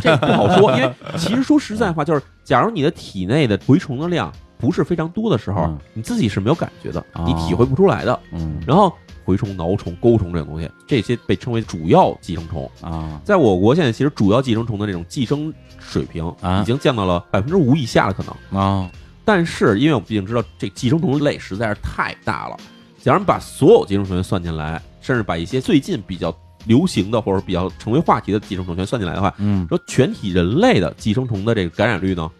这不好说，因为其实说实在话，就是假如你的体内的蛔虫的量不是非常多的时候嗯，你自己是没有感觉的，哦你体会不出来的。嗯然后蛔虫、挠虫、钩虫这种东西，这些被称为主要寄生虫。啊，在我国现在，其实主要寄生虫的这种寄生水平啊已经降到了百分之五以下了，可能。啊，但是，因为我们毕竟知道这寄生虫类实在是太大了，假如你把所有寄生虫全算进来，甚至把一些最近比较流行的或者比较成为话题的寄生虫全算进来的话，嗯，说全体人类的寄生虫的这个感染率呢，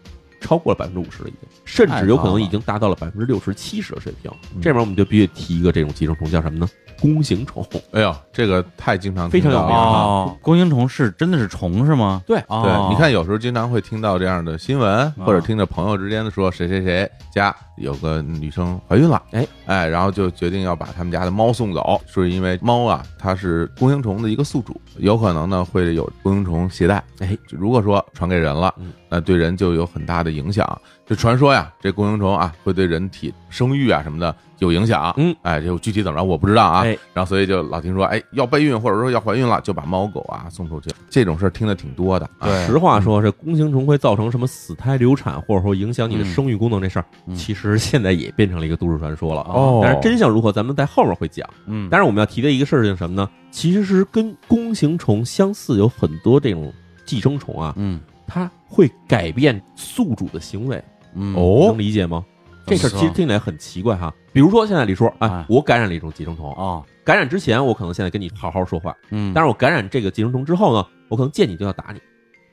超过了百分之五十了，已经，甚至有可能已经达到了百分之六十、七十的水平。这边我们就必须提一个这种寄生虫，叫什么呢？弓形虫。哎呦，这个太经常非常听有到名了啊哦，弓形虫是真的是虫是吗？对哦对，你，看，有时候经常会听到这样的新闻，哦或者听着朋友之间的说谁谁谁家有个女生怀孕了，哎哎，然后就决定要把他们家的猫送走，是因为猫啊，它是弓形虫的一个宿主，有可能呢会有弓形虫携带，哎，如果说传给人了嗯，那对人就有很大的影响。这传说呀，这弓形虫啊会对人体生育啊什么的有影响，嗯，哎，这具体怎么着我不知道啊，哎然后所以就老听说，哎，要备孕或者说要怀孕了，就把猫狗啊送出去，这种事儿听的挺多的，啊对实话说，这弓形虫会造成什么死胎、流产，或者说影响你的生育功能这事儿，嗯其实现在也变成了一个都市传说了。啊哦但是真相如何，咱们在后面会讲。嗯，但是我们要提的一个事情是什么呢？其实是跟弓形虫相似，有很多这种寄生虫啊，嗯它会改变宿主的行为，嗯，哦能，理解吗？怎这事么儿说其实听起来很奇怪哈。比如说现在李叔，哎哎，我感染了一种寄生虫，哦，感染之前我可能现在跟你好好说话，嗯，但是我感染这个寄生虫之后呢，我可能见你就要打你，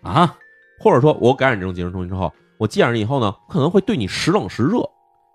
啊，或者说我感染这种寄生虫之后，我见着你以后呢，可能会对你时冷时热。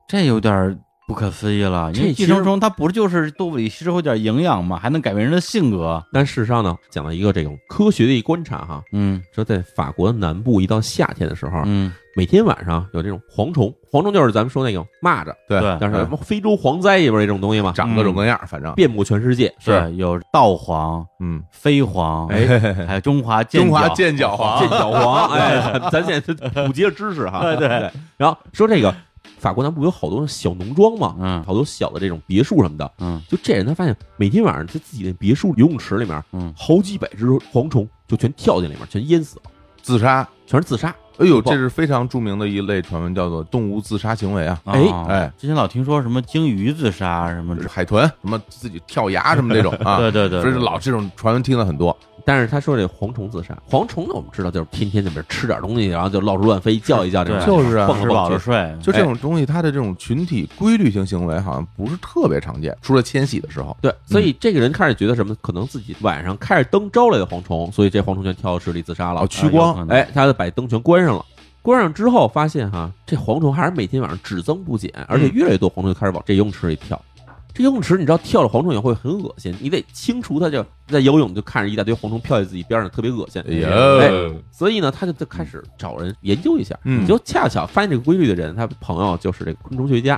这有点儿不可思议了，因这为其寄实生虫它不就是肚子里吸收点营养嘛，还能改变人的性格，但事实上呢，讲到一个这种科学的一观察哈，嗯说在法国南部一到夏天的时候，啊嗯，每天晚上有这种蝗虫，蝗虫就是咱们说那个蚂蚱，对对叫什么非洲蝗灾里边这种东西嗯嘛，长各种各样，反正遍布全世界。啊是对有道黄、嗯，飞黄，哎，还有中华剑中华角剑角啊这皇，小 [LAUGHS] 黄，哎，咱现在普及了知识哈。对对然后说这个法国南部有好多小农庄嘛，嗯好多小的这种别墅什么的。嗯，就这人他发现每天晚上他自己的别墅游泳池里面，嗯好几百只蝗虫就全跳进里面，全淹死了，自杀。全是自杀。哎呦，不这是非常著名的一类传闻，叫做动物自杀行为啊，哎哦哎，之前老听说什么鲸鱼自杀什么之，海豚什么自己跳崖什么这种 [LAUGHS] 啊，对对对，所以对老这种传闻听了很多。但是他说这蝗虫自杀，蝗虫呢我们知道就是天天在那边吃点东西，然后就到处乱飞，叫一叫这种，对就是啊蹦来吃蹦饱去了睡，就哎这种东西，它的这种群体规律性行为好像不是特别常见，除了迁徙的时候。对，所以这个人开始觉得什么？可能自己晚上开着灯招来的蝗虫，所以这蝗虫全跳到水里自杀了哦，。啊趋有光可能哎，他就把灯全关上了。关上之后发现哈，这蝗虫还是每天晚上只增不减，而且越来越多蝗虫就开始往这游泳池里跳。这游泳池你知道跳了蝗虫也会很恶心，你得清除它就，在游泳就看着一大堆蝗虫飘在自己边上，特别恶心。哎呀哎所以呢，他就就开始找人研究一下。嗯就恰巧发现这个规律的人，他朋友就是这个昆虫学家。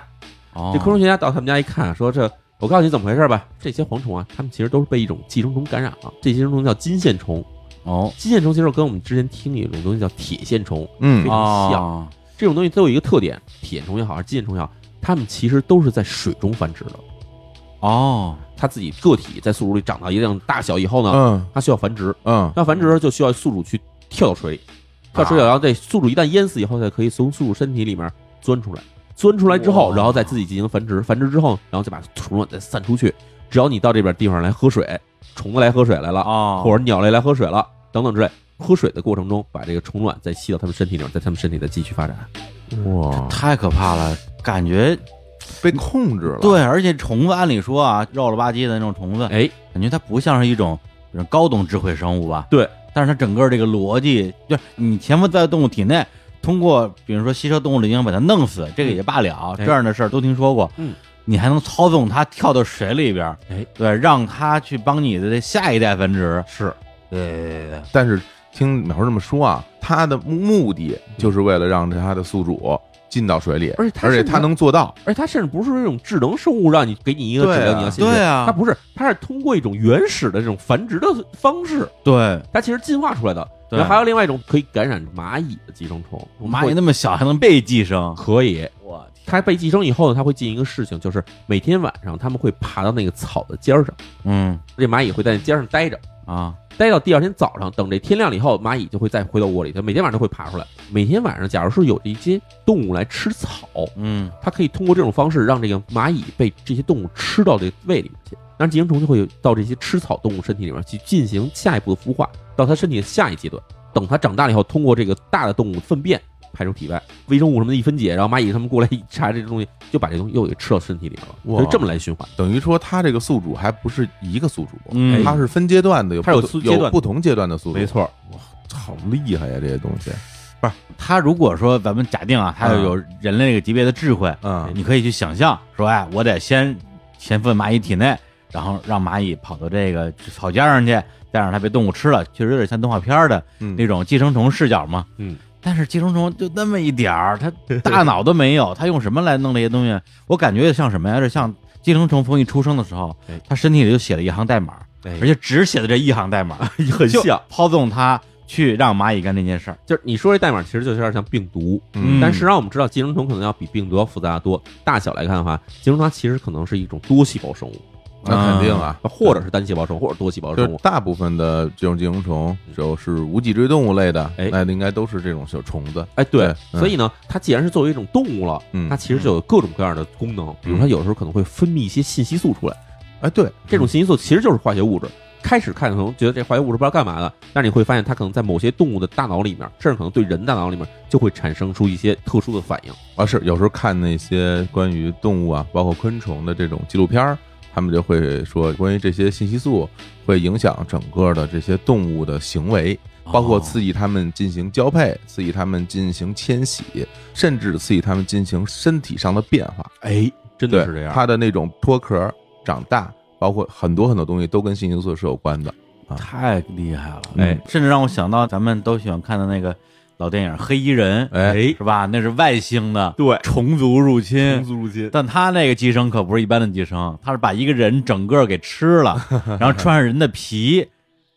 哦这昆虫学家到他们家一看，说这我告诉你怎么回事吧，这些蝗虫啊，它们其实都是被一种寄生虫感染了。这寄生虫叫金线虫，哦金线虫其实跟我们之前听的一种东西叫铁线虫，嗯非常哦，这种东西都有一个特点，铁线虫也好，还是金线虫也好，它们其实都是在水中繁殖的。哦，它自己个体在宿主里长到一定大小以后呢，嗯它需要繁殖，嗯，要繁殖的时候就需要宿主去跳到水里，啊跳水里，然后这宿主一旦淹死以后，才可以从宿主身体里面钻出来，钻出来之后，哇然后再自己进行繁殖，繁殖之后，然后再把虫卵再散出去。只要你到这边地方来喝水，虫子来喝水来啊了，哦，或者鸟类来喝水了，等等之类。喝水的过程中，把这个虫卵再吸到它们身体里面，在它们身体再继续发展。啊哇，太可怕了，感觉嗯被控制了。，对，而且虫子按理说啊，肉了吧唧的那种虫子，哎，感觉它不像是一种这种高等智慧生物吧？对，但是它整个这个逻辑，就是你潜伏在动物体内，通过比如说吸收动物的营养把它弄死，这个也罢了，哎这样的事儿都听说过。嗯。你还能操纵它跳到水里边，哎，对，让它去帮你的这下一代繁殖，是对对对对，但是听淼叔这么说啊，它的目的就是为了让它的宿主进到水里，而且它而且是它能做到，而且它甚至不是那种智能生物，让你给你一个对啊质量你要信任，对啊它不是，它是通过一种原始的这种繁殖的方式，对它其实进化出来的。对然后还有另外一种可以感染蚂蚁的寄生虫，蚂蚁那么小还能被寄生，可以，我天，它被寄生以后呢，它会进一个事情，就是每天晚上它们会爬到那个草的尖儿上，嗯这蚂蚁会在那尖儿上待着，啊，待到第二天早上，等这天亮了以后，蚂蚁就会再回到窝里，它每天晚上都会爬出来。每天晚上，假如是有一些动物来吃草，嗯它可以通过这种方式让这个蚂蚁被这些动物吃到这个胃里面去，然后寄生虫就会到这些吃草动物身体里面去进行下一步的孵化，到它身体的下一阶段。等它长大了以后，通过这个大的动物粪便排出体外，微生物什么的一分解，然后蚂蚁它们过来一查这个东西，就把这东西又给吃到身体里面了，哇就这么来循环。等于说它这个宿主还不是一个宿主，嗯它是分阶段的，有它有不宿同阶段的有不同阶段的宿主，没错，好厉害呀，这些东西，他如果说咱们假定啊，他要有人类这个级别的智慧，嗯，哎你可以去想象说，哎，我得先先分蚂蚁体内，然后让蚂蚁跑到这个草尖上去，再让它被动物吃了，确实有点像动画片的嗯那种寄生虫视角嘛。嗯，但是寄生虫就那么一点儿，它大脑都没有，它用什么来弄这些东西？我感觉像什么呀？这像寄生虫从一出生的时候哎，它身体里就写了一行代码，哎而且只写的这一行代 [LAUGHS] 码，很就，抛纵它去让蚂蚁干这件事儿。就是你说这代码其实就有点像病毒，嗯但实际上我们知道寄生虫可能要比病毒要复杂得多。大小来看的话，寄生虫它其实可能是一种多细胞生物，那肯定啊，或者是单细胞生物，或者多细胞就生是物。大部分的这种寄生虫，只要是无脊椎动物类的，哎那应该都是这种小虫子。哎，对，对嗯所以呢，它既然是作为一种动物了，嗯它其实就有各种各样的功能，比如它有时候可能会分泌一些信息素出来，哎，对，这种信息素其实就是化学物质。开始看可能觉得这化学物质不知道干嘛的，但是你会发现它可能在某些动物的大脑里面，甚至可能对人大脑里面就会产生出一些特殊的反应。啊是有时候看那些关于动物啊，包括昆虫的这种纪录片儿，他们就会说关于这些信息素会影响整个的这些动物的行为，哦包括自刺激它们进行交配，刺激它们进行迁徙，甚至刺激它们进行身体上的变化。哎，真对的是这，样。它的那种脱壳、长大，包括很多很多东西都跟信息素是有关的。太厉害了，哎，甚至让我想到咱们都喜欢看的那个老电影《黑衣人》，哎是吧？那是外星的对，虫族入侵，足入侵。但他那个寄生可不是一般的寄生，他是把一个人整个给吃了，然后穿上人的皮。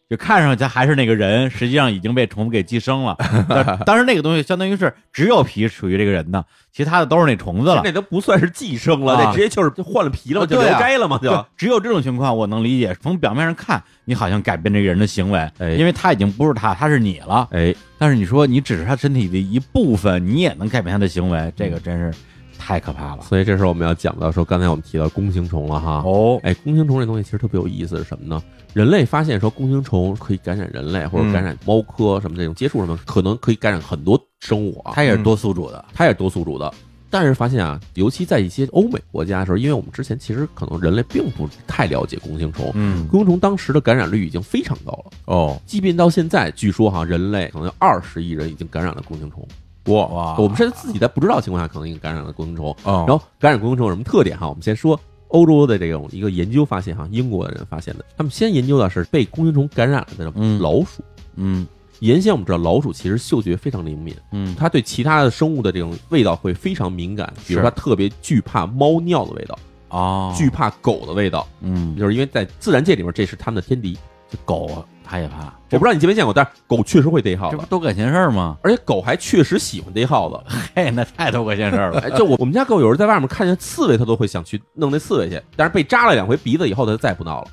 就看上去还是那个人，实际上已经被虫子给寄生了。但当然，那个东西相当于是只有皮属于这个人的，其他的都是那虫子了。那都不算是寄生了，啊那直接就是换了皮了嘛，啊就对聊啊斋了嘛，就对，只有这种情况我能理解。从表面上看，你好像改变这个人的行为，哎因为他已经不是他，他是你了。哎，但是你说你只是他身体的一部分，你也能改变他的行为，这个真是太可怕了。所以这时候我们要讲到说，刚才我们提到弓形虫了哈。哦，哎，弓形虫这东西其实特别有意思，是什么呢？人类发现说弓形虫可以感染人类，或者嗯感染猫科什么这种接触什么，可能可以感染很多生物啊。他也是多宿主的，它也是多宿主的，但是发现啊，尤其在一些欧美国家的时候，因为我们之前其实可能人类并不太了解弓形虫，嗯，弓形虫当时的感染率已经非常高了，哦，即便到现在，据说哈、人类可能有二十亿人已经感染了弓形虫，哇哇，哇，我们甚至自己在不知道情况下可能已经感染了弓形虫，哦，然后感染弓形虫有什么特点哈？我们先说欧洲的这种一个研究发现哈，英国人发现的，他们先研究的是被弓形虫感染了的嗯老鼠。嗯原先我们知道老鼠其实嗅觉非常灵敏，嗯，它对其他的生物的这种味道会非常敏感，比如是它特别惧怕猫尿的味道，哦，惧怕狗的味道，嗯，就是因为在自然界里面这是它们的天敌。这狗他也哦怕，我不知道你见没见过，但是狗确实会逮耗这不子，多管闲事儿吗？而且狗还确实喜欢逮耗子。 [LAUGHS] 嘿，那太多管闲事儿了。哎，就我我们家狗有时候在外面看见刺猬，它都会想去弄那刺猬去，但是被扎了两回鼻子以后，它就再不闹了。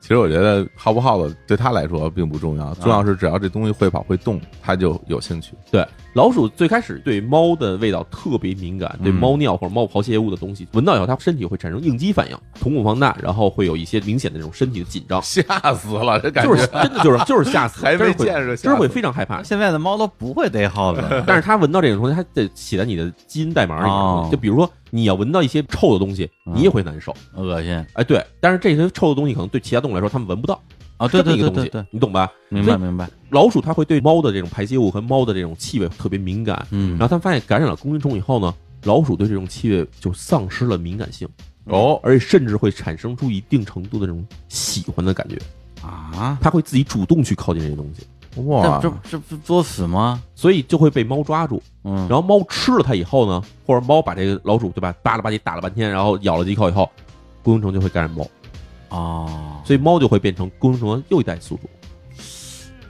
其实我觉得耗不耗的对他来说并不重要，重要是只要这东西会跑会动，他就有兴趣。对，老鼠最开始对猫的味道特别敏感，对嗯猫尿或者猫刨泄物的东西闻到以后，它身体会产生应激反应，瞳孔放大，然后会有一些明显的这种身体的紧 [LAUGHS] 张， [LAUGHS] 吓死了，这感就是真的就是就是吓死，还没真是会见识吓死真是会非常害 [LAUGHS] 怕。 [LAUGHS] 现在的猫都不会逮耗子 [LAUGHS] 了，但是它闻到这种东西，它得写在你的基因代码里面。哦就比如说，你要闻到一些臭的东西，嗯你也会难受。恶心哎，对，但是这些臭的东西可能对其他动物来说，它们闻不到。啊！对这么对一个对东对西，对，你懂吧？明白明白，老鼠它会对猫的这种排泄物和猫的这种气味特别敏感，嗯然后他们发现感染了弓形虫以后呢，老鼠对这种气味就丧失了敏感性，哦，而且甚至会产生出一定程度的这种喜欢的感觉，啊，它会自己主动去靠近这些东西。哇但，这这不作死吗？所以就会被猫抓住。嗯，然后猫吃了它以后呢，或者猫把这个老鼠对吧，扒拉吧唧打了半天，然后咬了几口以后，弓形虫就会感染猫，哦，所以猫就会变成弓形虫的又一代宿主。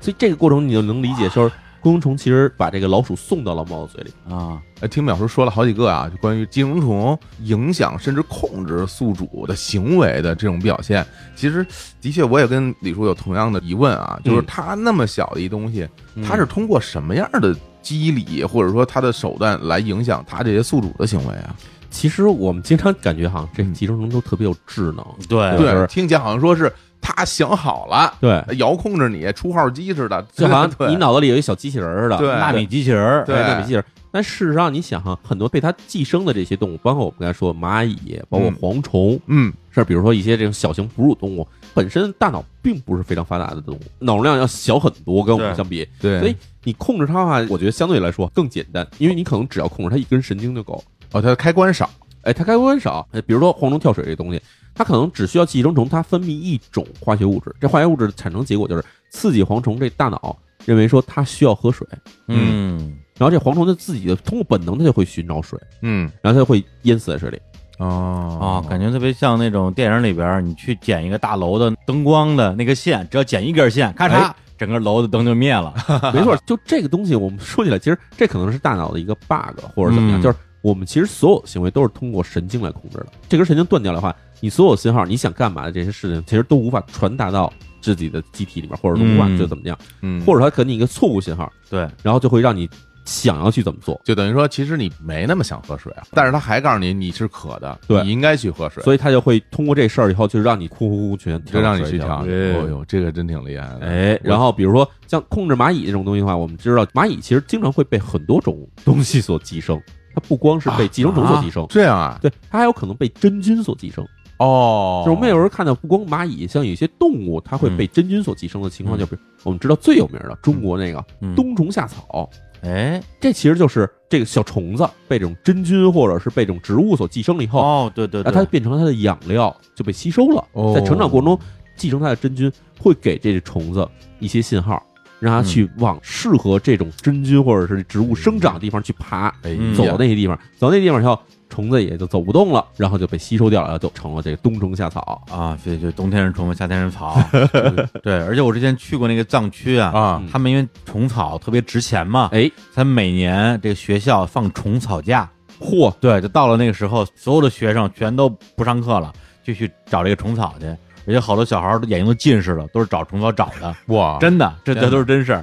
所以这个过程你就能理解，就是弓形虫其实把这个老鼠送到了猫的嘴里。啊，哎，听淼叔说了好几个啊，就关于寄生虫影响甚至控制宿主的行为的这种表现。其实，的确，我也跟李叔有同样的疑问啊，就是嗯它那么小的一东西，它嗯是通过什么样的机理或者说它的手段来影响它这些宿主的行为啊？其实我们经常感觉哈，这嗯寄生虫都特别有智能，对对是对，听起来好像说是它想好了，对，遥控着你，出号机似的， [LAUGHS] 就好像 [LAUGHS] 对你脑子里有一小机器人儿似的，对纳米机器人儿，对对纳米机器人儿。但事实上，你想哈，很多被它寄生的这些动物，包括我们刚才说的蚂蚁，包括嗯蝗虫，嗯，甚至比如说一些这种小型哺乳动物，本身大脑并不是非常发达的动物，脑容量要小很多，跟我们对相比，对，所以你控制它的话，我觉得相对来说更简单，因为你可能只要控制它一根神经就够。哦，它的开关少，哎，它开关少，哎，比如说蝗虫跳水这东西，它可能只需要寄生虫它分泌一种化学物质，这化学物质产生结果就是刺激蝗虫这大脑认为说它需要喝水，嗯，然后这蝗虫就自己的通过本能它就会寻找水，嗯，然后它就会淹死在 [LAUGHS] 水里。哦哦，感觉特别像那种电影里边儿，你去剪一个大楼的灯光的那个线，只要剪一根线，咔嚓，整个楼的灯就灭了。没错，就这个东西，我们说起来，其实这可能是大脑的一个 bug 或者怎么样，嗯就是我们其实所有行为都是通过神经来控制的。这根神经断掉的话，你所有信号，你想干嘛的这些事情，其实都无法传达到自己的机体里面，或者说无法嗯就怎么样，嗯，或者它给你一个错误信号，对，然后就会让你想要去怎么做。就等于说，其实你没那么想喝水啊，但是他还告诉你你是渴的，对你应该去喝水，所以它就会通过这事儿以后，就让你哭哭哭全就让你去调调。。对哦呦，这个真挺厉害的。哎，然后比如说像控制蚂蚁这种东西的话，我们知道蚂蚁其实经常会被很多种东西所寄生，它不光是被寄生虫所寄生，这样啊，对，它还有可能被真菌所寄生。哦，就是我们有时候看到，不光蚂蚁，像有些动物，它会被真菌所寄生的情况，嗯就比如我们知道最有名的中国那个嗯冬虫夏草，哎，这其实就是这个小虫子被这种真菌或者是被这种植物所寄生了以后，哦，对对然后对，它变成了它的养料，就被吸收了。哦在成长过程中，寄生它的真菌会给这只虫子一些信号。让它去往适合这种真菌或者是植物生长的地方去爬，哎呀，嗯走到那些地方，走到那地方以后，虫子也就走不动了，然后就被吸收掉了，然后就成了这个冬虫夏草。啊，对对，冬天是虫，夏天是 [LAUGHS] 草。对，而且我之前去过那个藏区啊，啊嗯，他们因为虫草特别值钱嘛，哎，他们每年这个学校放虫草假，嚯，对，就到了那个时候，所有的学生全都不上课了，就去找这个虫草去。而且好多小孩儿都眼睛都近视了，都是找虫草找的，哇，真的，这天哪这都是真事儿。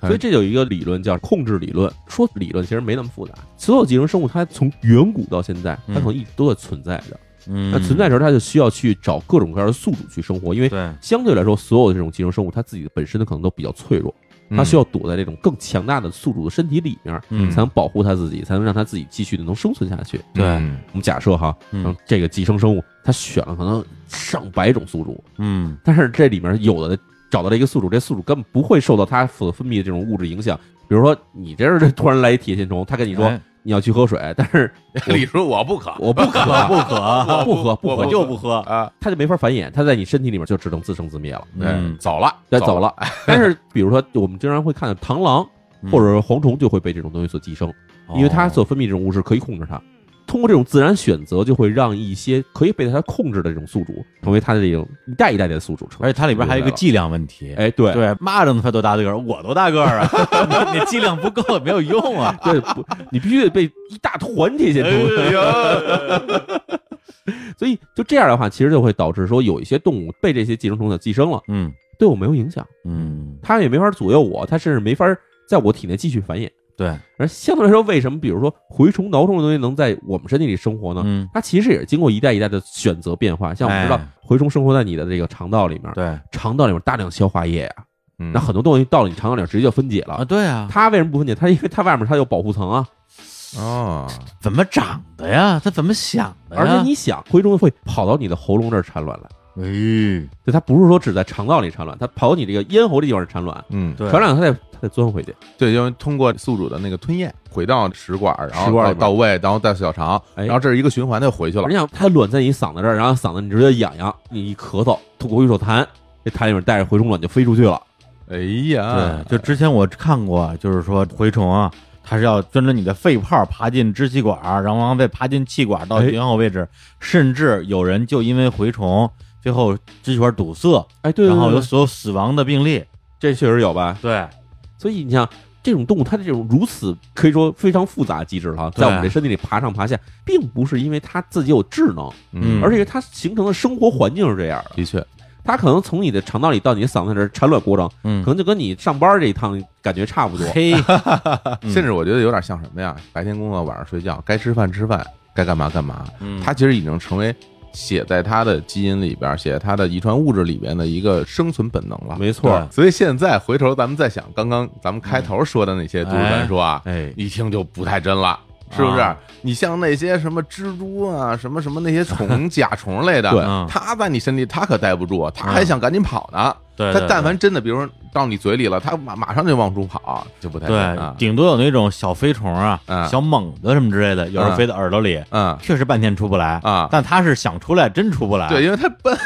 嗯所以这有一个理论叫控制理论，说理论其实没那么复杂。所有寄生生物它从远古到现在，它嗯可能一直都在存在着。嗯那、存在的时候，它就需要去找各种各样的宿主去生活，因为对，相对来说，所有的这种寄生生物它自己本身的可能都比较脆弱，它需要要躲在这种更强大的宿主的身体里面，嗯才能保护它自己，才能让它自己继续的能生存下去。嗯对我们假设哈，嗯然后这个寄生生物它选了可能上百种宿主，嗯但是这里面有的找到了一个宿主，这宿主根本不会受到它所分泌的这种物质影响。比如说，你这儿突然来一铁线虫，它跟你说、哎你要去喝水，但是 [LAUGHS] 李叔我不渴我不渴，可不可？不喝，不我喝，我就不喝。啊，它就没法繁衍，它在你身体里面就只能自生自灭了，哎嗯，走了，该走，了。 [LAUGHS] 但是，比如说我们经常会看到螳螂嗯或者是蝗虫就会被这种东西所寄生，因为哦它所分泌这种物质可以控制它。通过这种自然选择，就会让一些可以被它控制的这种宿主，成为它的这种一代一代的宿主。成为而且它里边还有一个剂量问题。哎，对，对，蚂蚱才多大个儿，我多大个儿啊？ [LAUGHS] 你剂量不够没有用啊。对，不，你必须得被一大团铁线虫。 [LAUGHS] 所以就这样的话，其实就会导致说有一些动物被这些寄生虫所寄生了，嗯对我没有影响，嗯，它也没法左右我，它甚至没法在我体内继续繁衍。对，而相对来说，为什么比如说蛔虫、挠虫的东西能在我们身体里生活呢？嗯它其实也是经过一代一代的选择变化。像我们知道哎，蛔虫生活在你的这个肠道里面，对肠道里面大量消化液啊，嗯那很多东西到了你肠道里面直接就分解啊，了。对啊，它为什么不分解？它因为它外面它有保护层啊，哦，怎么长的呀？它怎么想哎的呀？而且你想，蛔虫会跑到你的喉咙这儿产卵来。哎你，对，它不是说只在肠道里产卵，它跑到你这个咽喉这地方产卵，嗯，对产卵它再它再钻回去。对，因为通过宿主的那个吞咽回到食管，然食后管里边到到胃，然后到小肠，哎然后这是一个循环，它就回去了你。想，它卵在你嗓子这儿，然后嗓子你直接痒痒，你一咳嗽，吐口一手痰，这痰里面带着蛔虫卵就飞出去了。哎呀对，，就之前我看过，就是说蛔虫啊，它是要遵着你的肺泡爬进支气管，然后再爬进气管到哎颈后位置，甚至有人就因为蛔虫最后支气管堵塞，哎，对，然后对有所有死亡的病例。这确实有吧？对，所以你像这种动物，它的这种如此可以说非常复杂机制了，对在我们这身体里爬上爬下，并不是因为它自己有智能，嗯而且啊它形成的生活环境是这样的。的确，它可能从你的肠道里到你的嗓子这儿产卵过程，嗯可能就跟你上班这一趟感觉差不多。嘿，嗯甚至我觉得有点像什么呀？白天工作，晚上睡觉，该吃饭吃饭，该干嘛干嘛。嗯它其实已经成为写在它的基因里边，写在它的遗传物质里边的一个生存本能了。没错对，所以现在回头咱们再想刚刚咱们开头说的那些都市传说啊，哎，一听就不太真了。是不是、啊你像那些什么蜘蛛啊，什么什么那些虫、甲虫类的，对嗯它在你身体它可待不住，它还想赶紧跑呢。对，它对但对凡真的，比如说到你嘴里了，它马马上就往出跑，就不太真啊对，。顶多有那种小飞虫啊、嗯小猛子什么之类的，有时嗯候飞到耳朵里，嗯确实半天出不来啊但它是想出来，真出不来。对，因为它笨，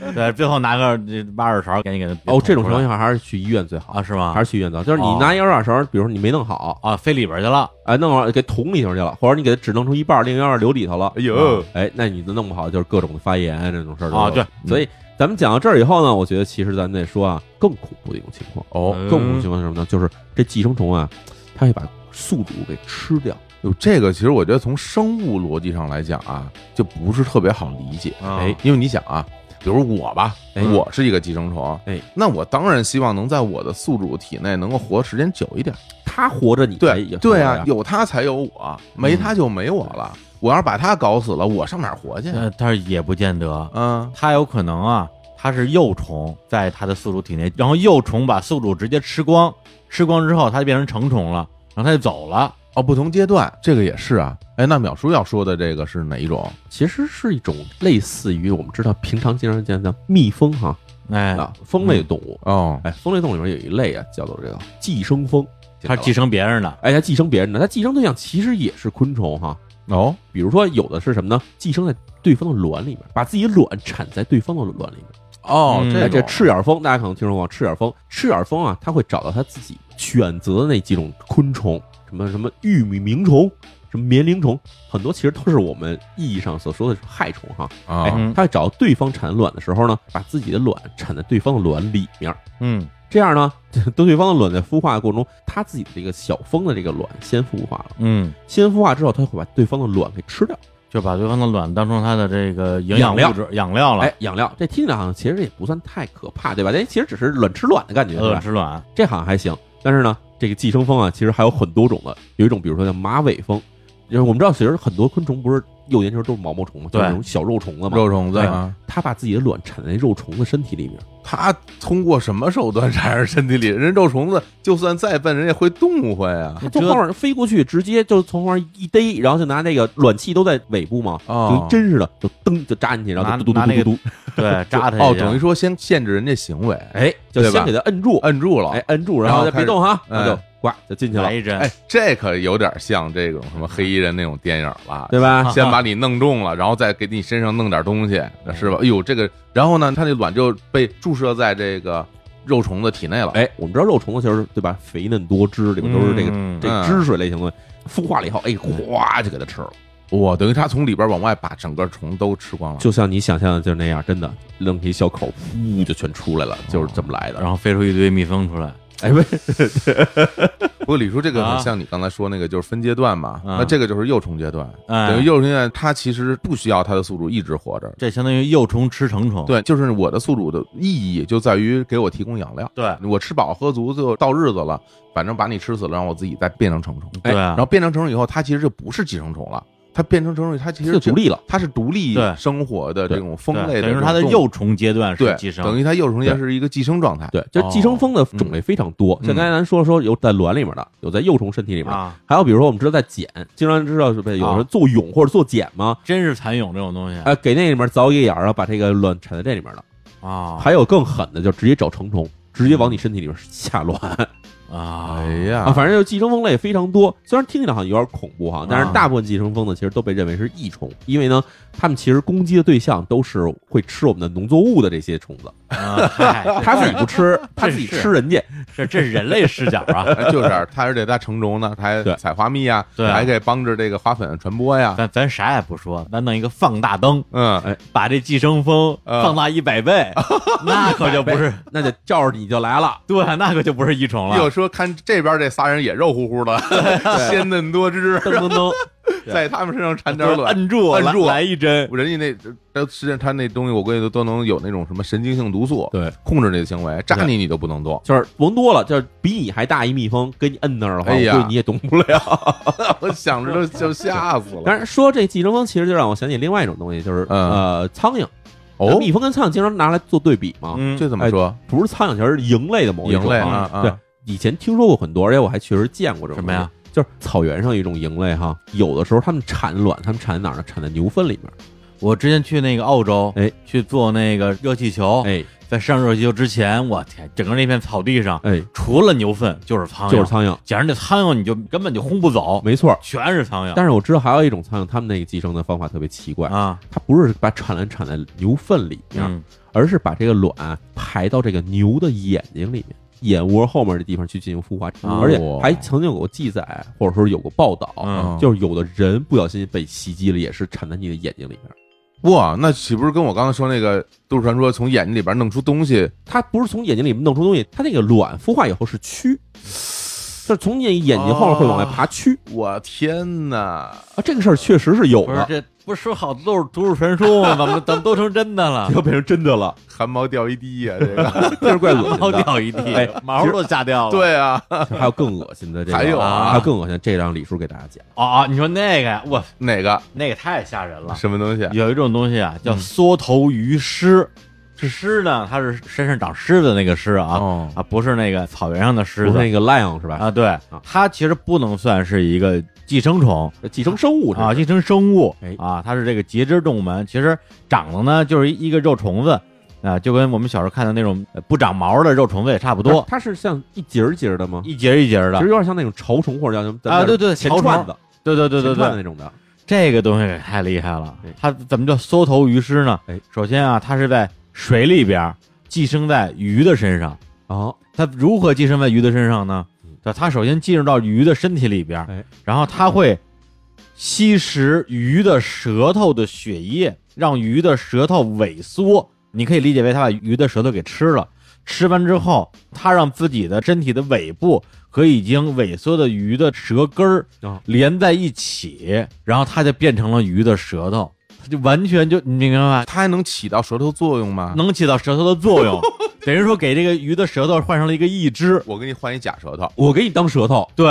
对对，最后拿个这挖耳勺，赶紧给它哦，这种情况西下还是去医院最好，啊，是吗？还是去医院最好。就是你哦拿一个耳勺，比如说你没弄好，啊，飞里边去了，哎，弄好给捅里头去了，或者你给它只弄出一半，另一半留里头了。哎呦哎，那你就弄不好就是各种的发炎这种事儿都啊有对所以咱们讲到这儿以后呢，我觉得其实咱得说啊，更恐怖的一种情况哦更恐怖的情况是什么呢？就是这寄生虫啊，它会把宿主给吃掉。哟，这个其实我觉得从生物逻辑上来讲啊，就不是特别好理解。啊哎，因为你想啊，比如我吧，哎我是一个寄生虫，哎，那我当然希望能在我的宿主体内能够活时间久一点。它活着你才对哎也对活着啊呀，嗯有他才有我，没他就没我了。我要是把他搞死了，我上哪儿活去？呃，但是也不见得，嗯，它有可能啊，它是幼虫在它的宿主体内，然后幼虫把宿主直接吃光，吃光之后它就变成成虫了，然后它就走了。哦，不同阶段这个也是啊。哎，那淼叔要说的这个是哪一种？其实是一种类似于我们知道平常经常见的蜜蜂哈哎，啊，蜂类动物。哦，哎，蜂类动物里面有一类啊，叫做这个寄生蜂。它是寄生别人的，哎，它寄生别人的，它寄生对象其实也是昆虫哈。哦，比如说，有的是什么呢？寄生在对方的卵里面，把自己卵产在对方的卵里面。哦，嗯哎，这这种赤眼蜂，大家可能听说过赤眼蜂。赤眼蜂啊，它会找到它自己选择的那几种昆虫，什么什么玉米鸣虫，什么棉铃虫，很多其实都是我们意义上所说的害虫哈。啊哎，嗯它会找对方产卵的时候呢，把自己的卵产在对方的卵里面。嗯，这样呢， [LAUGHS] 等对方的卵在孵化的过程中，它自己的这个小蜂的这个卵先孵化了，嗯，先孵化之后，它会把对方的卵给吃掉。就把对方的卵当成它的这个营养养料物质、养料了，哎，养料，这听起来好像其实也不算太可怕，对吧？这其实只是卵吃卵的感觉，对卵嗯吧？吃 [LAUGHS] 卵，这好像还行。但是呢，这个寄生蜂啊，其实还有很多种的，有一种比如说叫马尾蜂，就是我们知道，其实很多昆虫不是幼年时候都是毛毛虫嘛，就对是那种小肉虫子嘛，肉虫子哎啊。它把自己的卵产在肉虫的身体里面。他通过什么手段 [LAUGHS] 缠上身体里？人肉虫子就算再笨，人也会动会啊！它从这后面飞过去，直接就从后面一逮，然后就拿那个卵器都在尾部嘛，就哦跟，针似的，就噔就扎进去，然后就嘟嘟拿嘟拿那嘟个嘟，对，扎它一下哦，等于说先限制人家行为，哎，就对吧先给它摁住，摁住了。哎，摁住，然然后后再开别始动哈，哎然后就呱就进去了来，一针，哎，这可有点像这种什么黑衣人那种电影了。对 [LAUGHS] 吧？先把你弄中了，然后再给你身上弄点东西，是吧？哎呦，这个，然后呢，他那卵就被注射在这个肉虫子体内了。，哎，我们知道肉虫子其实对吧，肥嫩多汁，里面都是这个、嗯这汁水类型的东西，孵化了以后，哎，哗就给它吃了，哇，等于他从里边往外把整个虫都吃嗯光了。就像你想象的就是那样，真的扔一小口，噗就全出来了，就是这么来的。然后飞出一堆蜜蜂出来，哎，不是，不过李叔这个很啊像你刚才说那个，就是分阶段嘛。嗯那这个就是幼虫阶段，哎哦等于幼虫阶段，它其实不需要它的宿主一直活着。这相当于幼虫吃成虫，对，就是我的宿主的意义就在于给我提供养料，哎对我吃饱喝足就到日子了，反正把你吃死了，让我自己再变成成虫。对啊然后变成成虫以后，它其实就不是寄生虫了，它变成成虫以后，它其实就独立了。它是独立对生活的这种蜂对类的这种动等物，于说它的幼虫阶段对是寄生，啊等于它幼虫也是一个寄生状态。哦对，就是寄哦生蜂的嗯种类非常多，像刚才咱说说有在卵里面的，有在幼虫身体里面的，啊，还有比如说我们知道在茧，经常知道是不是有人啊做蛹或者做茧嘛，真是蚕蛹这种东西哎，给那里面凿一个眼儿，然后把这个卵产在这里面的。啊，还有更狠的，就直接找成虫，直接往你身体里面下卵。啊，哎呀，啊，反正就寄生蜂类非常多。虽然听起来好像有点恐怖哈，但是大部分寄生蜂呢，其实都被认为是益虫，因为呢，它们其实攻击的对象都是会吃我们的农作物的这些虫子，啊嗨它自己不吃，它自己是吃人家。这这是人类视角啊， [LAUGHS] 哎就是，他而且在 [LAUGHS] 城中呢，他还对采花蜜啊，对啊还可以帮着这个花粉传播呀，咱咱啥也不说，咱弄一个放大灯，嗯，把这寄生蜂呃放大一百 [LAUGHS] 倍，那可就不是那就照着你就来了。对，啊那可就不是益虫了又。说看这边这仨人也肉乎 [LAUGHS] 乎的，鲜嫩多汁，噔噔噔，对在他们身上缠点就是卵。摁住，摁住来来一针，人家那，呃实际上他那东西，我估计都都能有那种什么神经性毒素，对，控制这个行为，扎你你都不能动。就是甭多了，就是比你还大一蜜蜂给你摁那儿的话，哎我呀估计你也动不了。我想着都就吓死当了。然，说这寄生蜂，其实就让我想起另外一种东西，就是嗯呃苍蝇。哦，哎蜜蜂跟苍蝇经常拿来做对比嘛，嗯，啊这怎么说？不是苍蝇，就是蝇类的某一种蝇类啊啊啊对，以前听说过很多，而且我还确实见过这种什么呀东西？就是草原上有一种蝇类哈，有的时候它们产卵，它们产哪儿呢？产在牛粪里面。我之前去那个澳洲，哎，去做那个热气球，哎在上热气球之前，我天，整个那片草地上，哎，除了牛粪就是苍蝇，哦就是苍蝇，简直那苍蝇你就根本就轰不走，没错。全是苍蝇但是我知道还有一种苍蝇，它们那个寄生的方法特别奇怪，啊！它不是把产卵产在牛粪里面，嗯，而是把这个卵排到这个牛的眼睛里面。眼窝后面的地方去进行孵化，哦而且还曾经有过记载，或者说有过报道，嗯就是有的人不小心被袭击了，也是产在你的眼睛里面。哇，那岂不是跟我刚才说那个都市传说从眼睛里边弄出东西？它不是从眼睛里面弄出东西，它那个卵孵化以后是蛆，就是从你眼睛后面会往外哦爬蛆我天哪！啊。这个事儿确实是有不是的，这不是说好都是都市传说吗？怎么怎么都成真的了？要变成真的 [LAUGHS] 了，汗毛掉一地呀、这 [LAUGHS] 个这是怪恶毛心的。掉一哎地，毛都吓掉了。对啊，还有更恶心的这个，还有啊还有更恶心的，这让李叔给大家讲。啊，你说那个呀，哇，哪个那个太吓人了。什么东西？有一种东西啊，嗯叫缩头鱼虱。这虱呢，它是身上长虱子那个虱啊，哦，啊，不是那个草原上的虱不是子那个 lion 是吧？啊。对，它其实不能算是一个寄生虫寄生生物这啊，是寄生生物哎啊，它是这个节肢动物门，其实长的呢就是一个肉虫子啊，就跟我们小时候看的那种呃不长毛的肉虫子也差不它多，它是像一节儿一节儿的吗？一节一节其实的。有点像那种潮虫或者叫什么啊，对对，前条串虫，子，对对对对前串子那对，种的。这个东西太厉害了哎。它怎么叫缩头鱼虱呢哎？首先啊，它是在水里边儿寄生在鱼的身上。哦，它如何寄生在鱼的身上呢嗯？对，它首先进入到鱼的身体里边，哎然后它会吸食鱼的舌头的血液，让鱼的舌头萎缩。你可以理解为它把鱼的舌头给吃了。吃完之后，它让自己的身体的尾部和已经萎缩的鱼的舌根儿啊连在一起，然后它就变成了鱼的舌头，它就完全就你明白吗？它还能起到舌头作用啊吗？能起到舌头的作 [LAUGHS] 用，等于说给这个鱼的舌头换上了一个义肢。我给你换一假舌头，我给你当舌头。对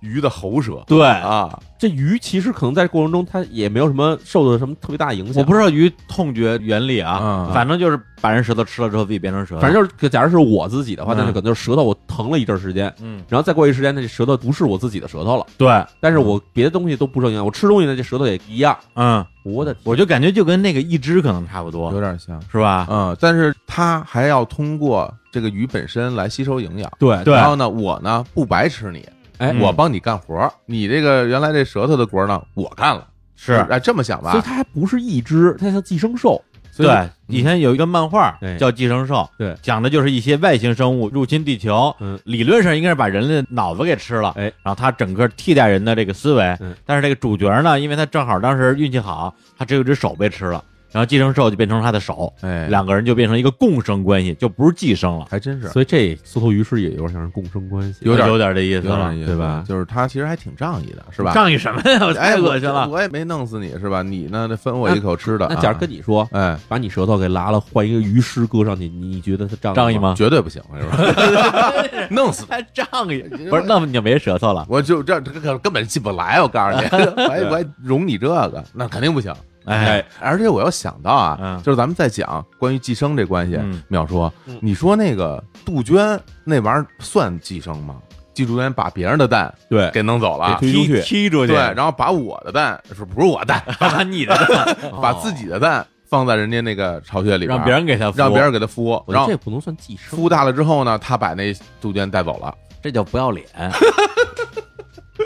鱼的喉舌对，啊！这鱼其实可能在过程中它也没有什么受到什么特别大影响。我不知道鱼痛觉原理啊，嗯反正就是把人舌头吃了之后自己变成舌头。反正就是，假如是我自己的话，嗯那就可能就是舌头我疼了一阵儿时间，嗯，然后再过一时间，那这舌头不是我自己的舌头了，对，但是我别的东西都不受影响，我吃东西呢，这舌头也一样。嗯，我的我就感觉就跟那个一只可能差不多有，点像，是吧？嗯，但是它还要通过这个鱼本身来吸收营养。对对然后呢，我呢不白吃你，哎，嗯我帮你干活儿，你这个原来这舌头的活儿呢，我干了，是哎，这么想吧所以？它还不是一只，它像寄生兽。所以嗯对。以前有一个漫画对叫《寄生兽》，对讲的就是一些外星生物入侵地球，嗯，理论上应该是把人类的脑子给吃了，哎然后他整个替代人的这个思维，嗯但是这个主角呢，因为他正好当时运气好，他只有一只手被吃了，然后寄生兽就变成了他的手，哎，两个人就变成一个共生关系，就不是寄生了，还真是所以这缩头鱼是也有点像是共生关系，有点有点这意有思点了意，思，对吧就是它其实还挺仗义的，是吧？仗义什么呀？我哎，太我恶心了。我也没弄死你是吧？你呢，得分我一口吃的啊。那假如跟你说，哎，把你舌头给拉了，换一个鱼尸搁上去，你觉得它仗仗义义？吗？绝对不行，是吧？弄死太哎仗义，不是？那么你就没舌头了？我就这这个根本进不来，我告诉你，我还我还容你这个，那肯定不行。哎，而且我又想到啊嗯，就是咱们在讲关于寄生这关系嗯，淼叔嗯，你说那个杜鹃那玩意儿算寄生吗？寄杜鹃把别人的蛋对，给弄走了给，推出去踢出去，对，然后把我的蛋是不是我蛋， [LAUGHS] 把你的蛋，哦把自己的蛋放在人家那个巢穴里边，让别人给他，让别，人给它孵，我觉然得后这不能算寄生，孵大了之后呢，他把那杜鹃带走了，这叫不要脸。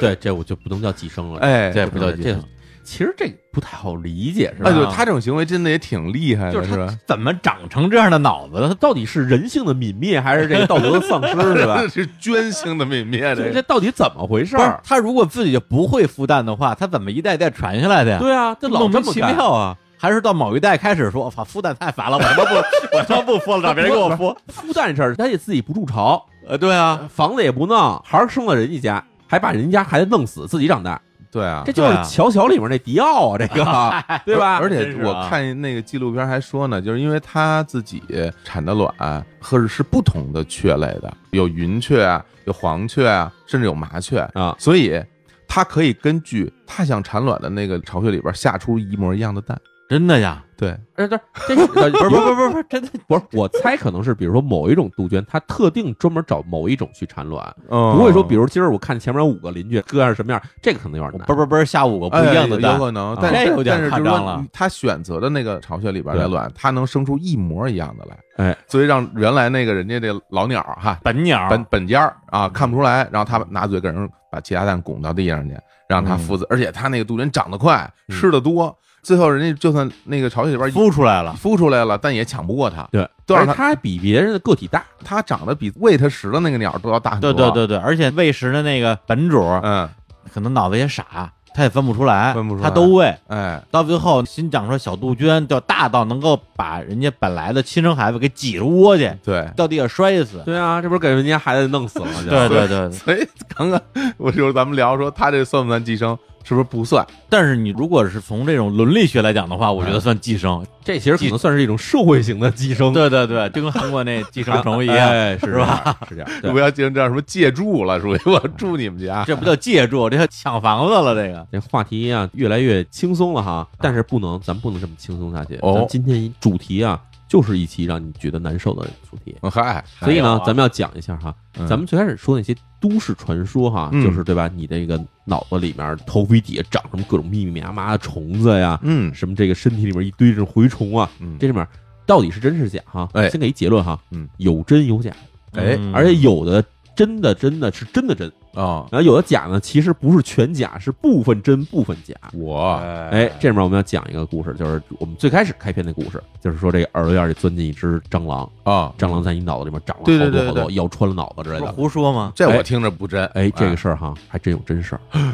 对，这我就不能叫寄生了，哎，对这不叫寄这生。其实这不太好理解，是吧？哎，对他这种行为真的也挺厉害就的，是是他 [LAUGHS] 吧？怎么长成这样的脑子的？到底是人性的泯灭，还是这个道德的丧 [LAUGHS] 失，是吧？是捐星的泯灭这的这，到底怎么回事不是儿？他如果自己就不会孵蛋的话，他怎么一代一代传下来的呀？对啊，这老莫这名么其干，妙啊！还是到某一代开始说，我操，孵蛋太烦了，我他妈不，我他妈不孵了，让别人给我 [LAUGHS] 孵。孵蛋事儿，他也自己不筑巢，呃，对啊，房子也不弄，孩儿生到人家家，还把人家孩子弄死，自己长大，对啊这。就是对啊《乔乔》里面那迪奥啊，这 [LAUGHS] 个 [LAUGHS] 对吧？而真且是啊我看那个纪录片还说呢，就是因为他自己产的卵和是不同的雀类的，有云雀啊，有黄雀啊，甚至有麻雀 [LAUGHS] 啊，所以他可以根据他想产卵的那个巢穴里边下出一模一样的蛋。真的呀，对，而且这这不是呃不是不是不是不是真的，不是，我猜可能是比如说某一种杜鹃，它特定专门找某一种去产卵，哦嗯不会说比如今儿我看前面有五个邻居各样什么样，这个可能有点难。不是不是下午我不哎一样的有蛋，可能啊，但这有点但是就是夸张说了他选择的那个巢穴里边的对卵，它能生出一模一样的来，哎，所以让原来那个人家这老鸟儿哈，本鸟本本家儿啊看不出来，然后他拿嘴给人把其他蛋拱到地上去，让它孵子，而且它那个杜鹃长得快，嗯吃的多，最后人家就算那个巢穴里边一孵出来了，孵出来了，但也抢不过它，对，都而让且它它还比别人的个体大，它长得比喂它食的那个鸟儿都要大很对多，对，对对，而且喂食的那个本主嗯，可能脑子也傻，他也分不出来，分不出来他都喂。哎，到最后，新长出来小杜鹃就大到能够把人家本来的亲生孩子给挤出窝去，对，掉地下摔死。对啊，这不是给人家孩子弄死了吗？就对对对，所以刚刚我就是咱们聊说他这算不算寄生，是不是不算？但是你如果是从这种伦理学来讲的话，我觉得算寄生。这其实可能算是一种社会型的 [LAUGHS] 寄生，对对对，就跟韩国那寄生虫一样，哎，是是吧？是这样，不对。要进行这样什么借住了，属于我住你们家。这不叫借助，这叫抢房子了。这个这话题啊，越来越轻松了哈，但是不能，咱不能这么轻松下去。哦咱今天主题啊，就是一期让你觉得难受的主题。嗯嗨，所以还有呢，啊咱们要讲一下哈，嗯咱们最开始说那些都市传说哈，嗯就是对吧？你这个脑子里面、头皮底下长什么各种密密麻麻的虫子呀，嗯什么这个身体里面一堆这种蛔虫啊，嗯，这里面到底是真是假哈？哎先给一结论哈，嗯，有真有假，哎嗯而且有的真的真的是真的真，啊，然后有的假呢，其实不是全假，是部分真部分假。呃我哎，这里面我们要讲一个故事，就是我们最开始开篇的故事，就是说这个耳朵眼里钻进一只蟑螂，啊，蟑螂在你脑子里面长了对对好多对好对多，咬穿了脑子之类不的是。胡说吗？这哎我听着不真。哎，这个事儿哈，还真有真事儿。 [CLEARS THROAT]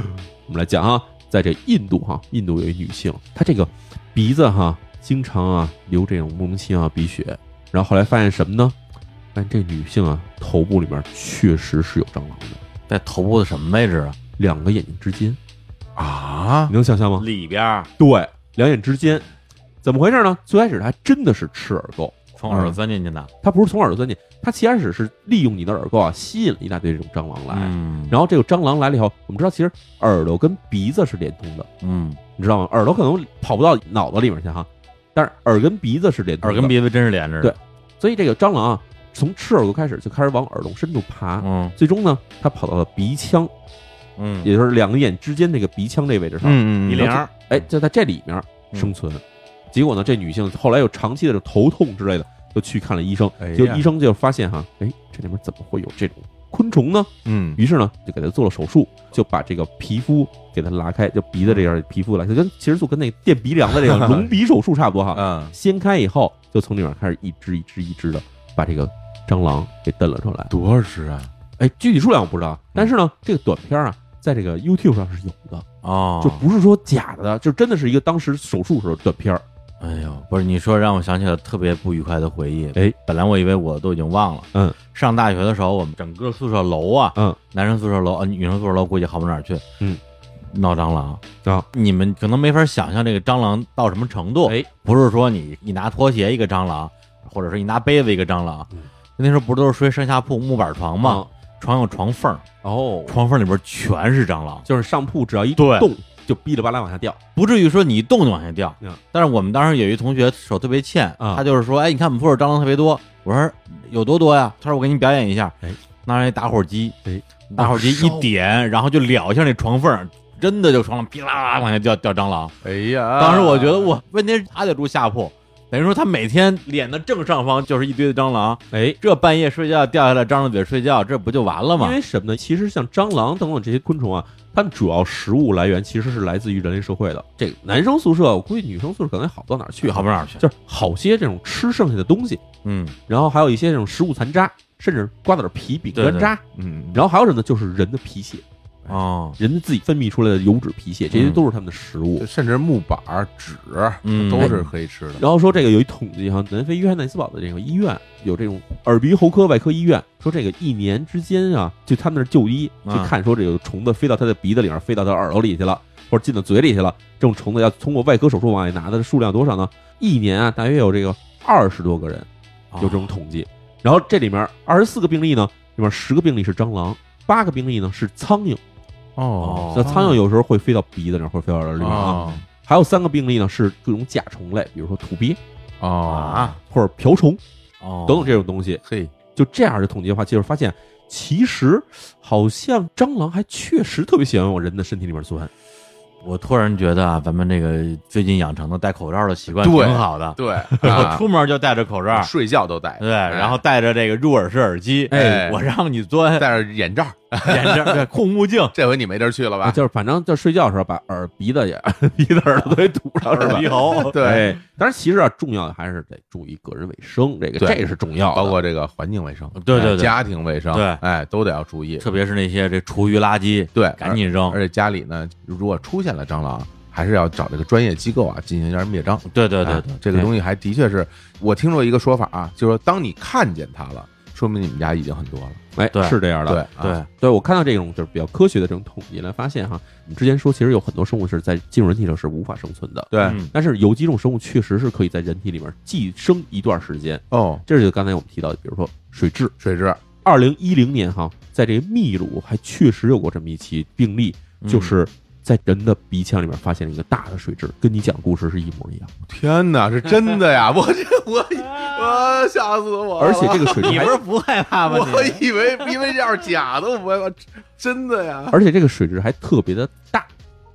我们来讲啊，在这印度哈，印度有一女性，她这个鼻子哈，经常啊流这种莫名其妙的鼻血，然后后来发现什么呢？发现这女性啊，头部里面确实是有蟑螂的，在头部的什么位置啊？两个眼睛之间，啊你，能想象吗？里边对，两眼之间，怎么回事呢？最开始她真的是吃耳垢，从耳朵钻进去的。她不是从耳朵钻进，她其开始是利用你的耳垢啊，吸引了一大堆这种蟑螂来。嗯，然后这个蟑螂来了以后，我们知道其实耳朵跟鼻子是连通的，嗯，你知道吗？耳朵可能跑不到脑子里面去哈，但是耳跟鼻子是连通耳的跟，鼻子真是连着的。对所以这个蟑螂啊，从吃耳朵开始就开始往耳洞深处爬，嗯最终呢，它跑到了鼻腔，嗯，也就是两个眼之间这个鼻腔这位置上，嗯一嗯帘儿哎，就在这里面生存。结果呢，这女性后来又长期的头痛之类的，就去看了医生，哎呀就医生就发现哈，哎，这里面怎么会有这种昆虫呢？嗯，于是呢，就给她做了手术，就把这个皮肤给她拉开，就鼻子这样皮肤拉开，就跟其实就跟那垫鼻梁的这 [LAUGHS] 个隆鼻手术差不多哈。嗯，掀开以后，就从里面开始一只一只一只的把这个蟑螂给蹬了出来。多少只啊？哎，具体数量我不知道，但是呢，这个短片啊，在这个 YouTube 上是有的，哦，就不是说假的，就真的是一个当时手术时候的短片儿。哎呦，不是你说让我想起了特别不愉快的回忆。哎，本来我以为我都已经忘了。嗯，上大学的时候，我们整个宿舍楼啊，嗯，男生宿舍楼啊，女生宿舍楼估计好不到哪儿去。嗯，闹蟑螂啊，你们可能没法想象这个蟑螂到什么程度。哎，不是说你一拿拖鞋一个蟑螂，或者是你拿杯子一个蟑螂。嗯那时候不是都是睡上下铺木板床吗？啊，床有床缝儿，哦，床缝里边全是蟑螂。就是上铺只要一对动，就哔哩吧啦往下掉。不至于说你一动就往下掉嗯。但是我们当时有一同学手特别欠，啊他就是说：“哎，你看我们宿舍蟑螂特别多。”我说：“有多多呀？”他说：“我给你表演一下。”哎，拿着一打火机，哎，打火哦机一烧点，然后就燎一下那床缝，真的就床上噼啦啦往下掉掉蟑螂。啊哎呀，当时我觉得，我问题是他就住下铺，那等于说他每天脸的正上方就是一堆的蟑螂，哎，这半夜睡觉掉下来，张着嘴睡觉，这不就完了因吗？为什么呢？其实像蟑螂等等这些昆虫啊，它们主要食物来源其实是来自于人类社会的。这个男生宿舍，我估计女生宿舍可能也好不到哪儿去，好好不吧？到哪儿去？就是好些这种吃剩下的东西，嗯，然后还有一些这种食物残渣，甚至瓜子儿皮、饼干渣，嗯，然后还有什么呢？就是人的皮屑，哦，人自己分泌出来的油脂皮屑，这些嗯都是他们的食物。就甚至木板儿、纸嗯都是可以吃的。然后说这个有一统计哈，南非约翰内斯堡的这个医院有这种耳鼻喉科外科医院，说这个一年之间啊，就他们那儿就医啊去看，说这个虫子飞到他的鼻子里边，飞到他耳朵里去了，或者进到嘴里去了，这种虫子要通过外科手术往外拿的数量多少呢？一年啊，大约有这个二十多个人嗯啊有这种统计。然后这里面二十四个病例呢，里面十个病例是蟑螂，八个病例呢是苍蝇。哦那苍蝇有时候会飞到鼻子那儿，或者飞到耳朵里面哎啊。哦还有三个病例呢是各种甲虫类，比如说土鳖。哦，啊，或者瓢虫哦，等等这种东西。嘿，就这样的统计的话，就是发现，其实好像蟑螂还确实特别喜欢往人的身体里面钻。我突然觉得啊，咱们这个最近养成的戴口罩的习惯挺对好的，对，我啊出门就戴着口罩，睡觉都戴，对，然后戴着这个入耳式耳机，哎我让你钻戴着眼罩，眼镜，对，护目镜，这回你没地儿去了吧？啊就是反正就是睡觉的时候把耳 [LAUGHS] 鼻子也鼻子耳朵都给堵上是耳吧鼻？喉， [LAUGHS] 对，哎，当然其实啊，重要的还是得注意个人卫生，这个对这是重要的。包括这个环境卫生，对对哎对家庭卫生，对哎，都得要注意。特别是那些这厨余垃圾，对，赶紧扔啊而。而且家里呢，如果出现了蟑螂，还是要找这个专业机构啊进行一下灭蟑。对对对哎对，这个东西还的确是我听说一个说法啊，就是说当你看见它了，说明你们家已经很多了。哎对，是这样的。对对啊，对我看到这种就是比较科学的这种统计来发现哈，你之前说其实有很多生物是在进入人体上是无法生存的，对嗯但是有几种生物确实是可以在人体里面寄生一段时间。哦，这就刚才我们提到的，比如说水蛭。水蛭二零一零年哈，在这个秘鲁还确实有过这么一起病例，嗯就是在人的鼻腔里面发现了一个大的水蛭，跟你讲故事是一模一样。天哪，是真的呀！我这我我吓死我了！而且这个水哦 [LAUGHS] 你蛭还，不是不害怕吗？我你以为因为这要是假的，我不会真的呀而且这个水蛭还特别的大，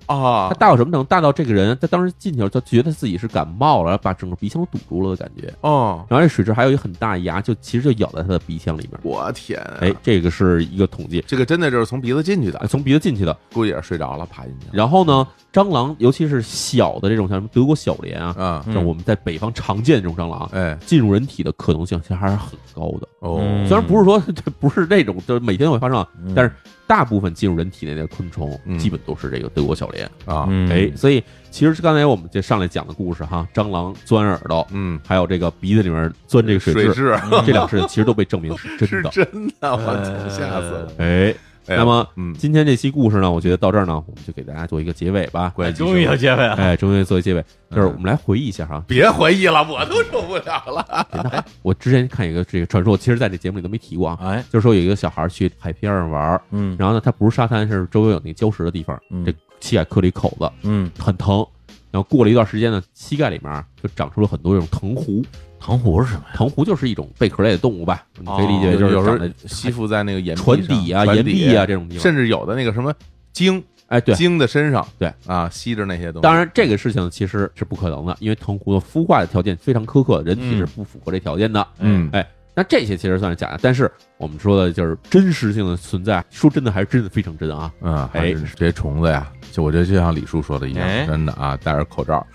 哦啊它大到什么程度？大到这个人他当时进去了，他觉得自己是感冒了，然后把整个鼻腔堵住了的感觉。哦，然后这水蛭还有一个很大的牙，就其实就咬在他的鼻腔里面。我天啊！嗯哎，这个是一个统计，这个真的就是从鼻子进去的啊，从鼻子进去的。估计也是睡着了，爬进去了。然后呢，蟑螂，尤其是小的这种，像什么德国小蠊啊，嗯，像我们在北方常见的这种蟑螂，啊哎，进入人体的可能性其实还是很高的。哦，嗯虽然不是说 [LAUGHS] 这不是那种就是每天都会发生啊，嗯但是大部分进入人体内的昆虫嗯基本都是这个德国小蠊。啊，嗯哎，所以其实是刚才我们这上来讲的故事哈，蟑螂钻耳朵，嗯，还有这个鼻子里面钻这个水水蛭，蛭这两个事情其实都被证明 [LAUGHS] 是是真的。真的，我操吓死了。哎，哎那么嗯，今天这期故事呢，我觉得到这儿呢，我们就给大家做一个结尾吧。关终于有结尾了。哎，终于做一结尾，嗯就是我们来回忆一下哈，别回忆了，我都受不了了。我之前看一个这个传说，其实在这节目里都没提过啊，哎，就是说有一个小孩去海边上玩儿，嗯然后呢，它不是沙滩，是周围有那个礁石的地方，嗯这膝盖磕了一口子，嗯，很疼。然后过了一段时间呢，膝盖里面就长出了很多这种藤壶，糖葫是什么呀？藤壶就是一种贝壳类的动物吧，你可以哎理解对有就是哦有时长得候吸附在那个岩船壁上底啊、船岩壁啊底这种地方。甚至有的那个什么鲸哎，对，鲸的身上，对啊，吸着那些东西。当然这个事情其实是不可能的，因为藤壶的孵化的条件非常苛刻，人体嗯是不符合这条件的。嗯哎，那这些其实算是假的，但是我们说的就是真实性的存在，说真的还是真的非常真啊。嗯，还哎是这些虫子呀，就我觉得就像李叔说的一哎样，真的啊，戴着口罩。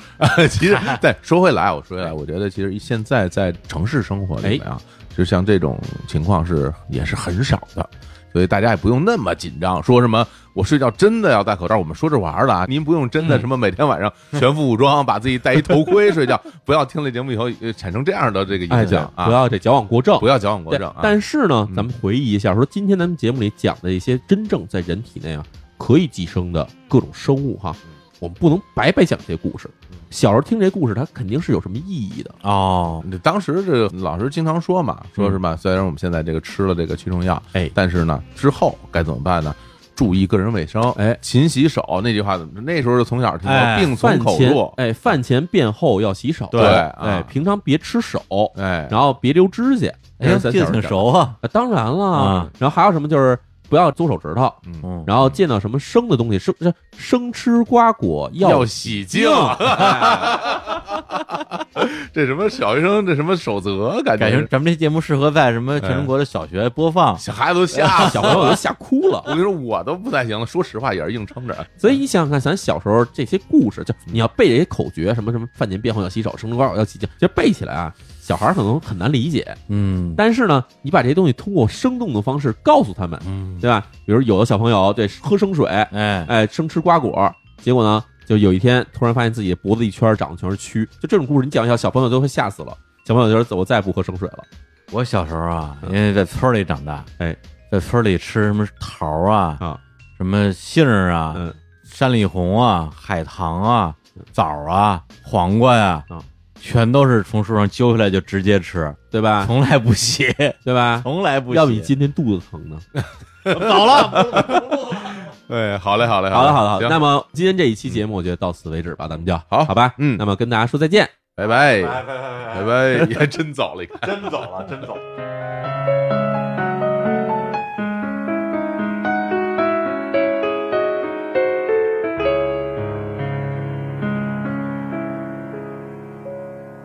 其 [LAUGHS] 实，对，说回来，我说回来，我觉得其实现在在城市生活里面啊，哎就像这种情况是也是很少的，所以大家也不用那么紧张，说什么。我睡觉真的要戴口罩，我们说着玩儿的啊，您不用嗯真的什么每天晚上 [LAUGHS] 全副武装，把自己戴一头盔睡觉， [LAUGHS] 不要听了节目以后呃产生这样的这个哎，影对响，不啊，要这矫枉过正不。要矫枉过对正啊。但是呢，嗯咱们回忆一下，说今天咱们节目里讲的一些真正在人体内啊可以寄生的各种生物哈，我们不能白白讲这些故事。小时候听这些故事，它肯定是有什么意义的。哦，那当时这个老师经常说嘛，说是吧？虽然我们现在这个吃了这个驱虫药，嗯哎但是呢，之后该怎么办呢？注意个人卫生，哎，勤洗手。那句话怎么说？那时候就从小听哎到，病嗯从饭口前入，哎，饭前便后要洗手。对啊哎，平常别吃手，哎，然后别留指甲。哎，咱记小时得候讲挺熟啊。啊，当然了。啊然后还有什么就是不要嘬手指头，嗯，嗯，然后见到什么生的东西，生是生吃瓜果要 [LAUGHS] 要洗净，这什么小学生这什么守则，感感觉觉咱们这节目适合在什哎么全中国的小学播放，小孩子都吓死小了。朋友都吓哭了我。跟你说，我都不太行了。说实话，也是硬 [LAUGHS] 撑着。所以你想想看，咱小时候这些故事，就你要背这些口诀，什么什么饭前便后要洗手，生吃瓜果要洗净，其实背起来啊，小孩儿可能很难理解。嗯但是呢，你把这些东西通过生动的方式告诉他们，嗯，对吧？比如有的小朋友对喝生水，哎，哎，生吃瓜果，结果呢，就有一天哎呃突然发现自己脖子一圈长的全是蛆，就这种故事，你讲一下，小朋友都会吓死了。小朋友就说：“我再也不喝生水了。我小时候啊，因为在村儿里长大，嗯哎，在村儿里吃什么桃儿啊啊，什么杏儿”啊，嗯，山里红啊，海棠啊，枣儿啊，黄瓜呀啊，全都是从树上揪下来就直接吃，对 [LAUGHS] 吧？从来不洗， [LAUGHS] 对吧？哦从来不洗。要比今天肚子 [LAUGHS] 疼呢。走了，哎，好嘞，好嘞，好嘞，的，好的，好的。行那么今天这一期节目，我觉得到此为止吧，咱们就好好吧。嗯那么跟大家说再见。拜拜，拜拜哎拜拜，也真走了，你看。真走了，真走了。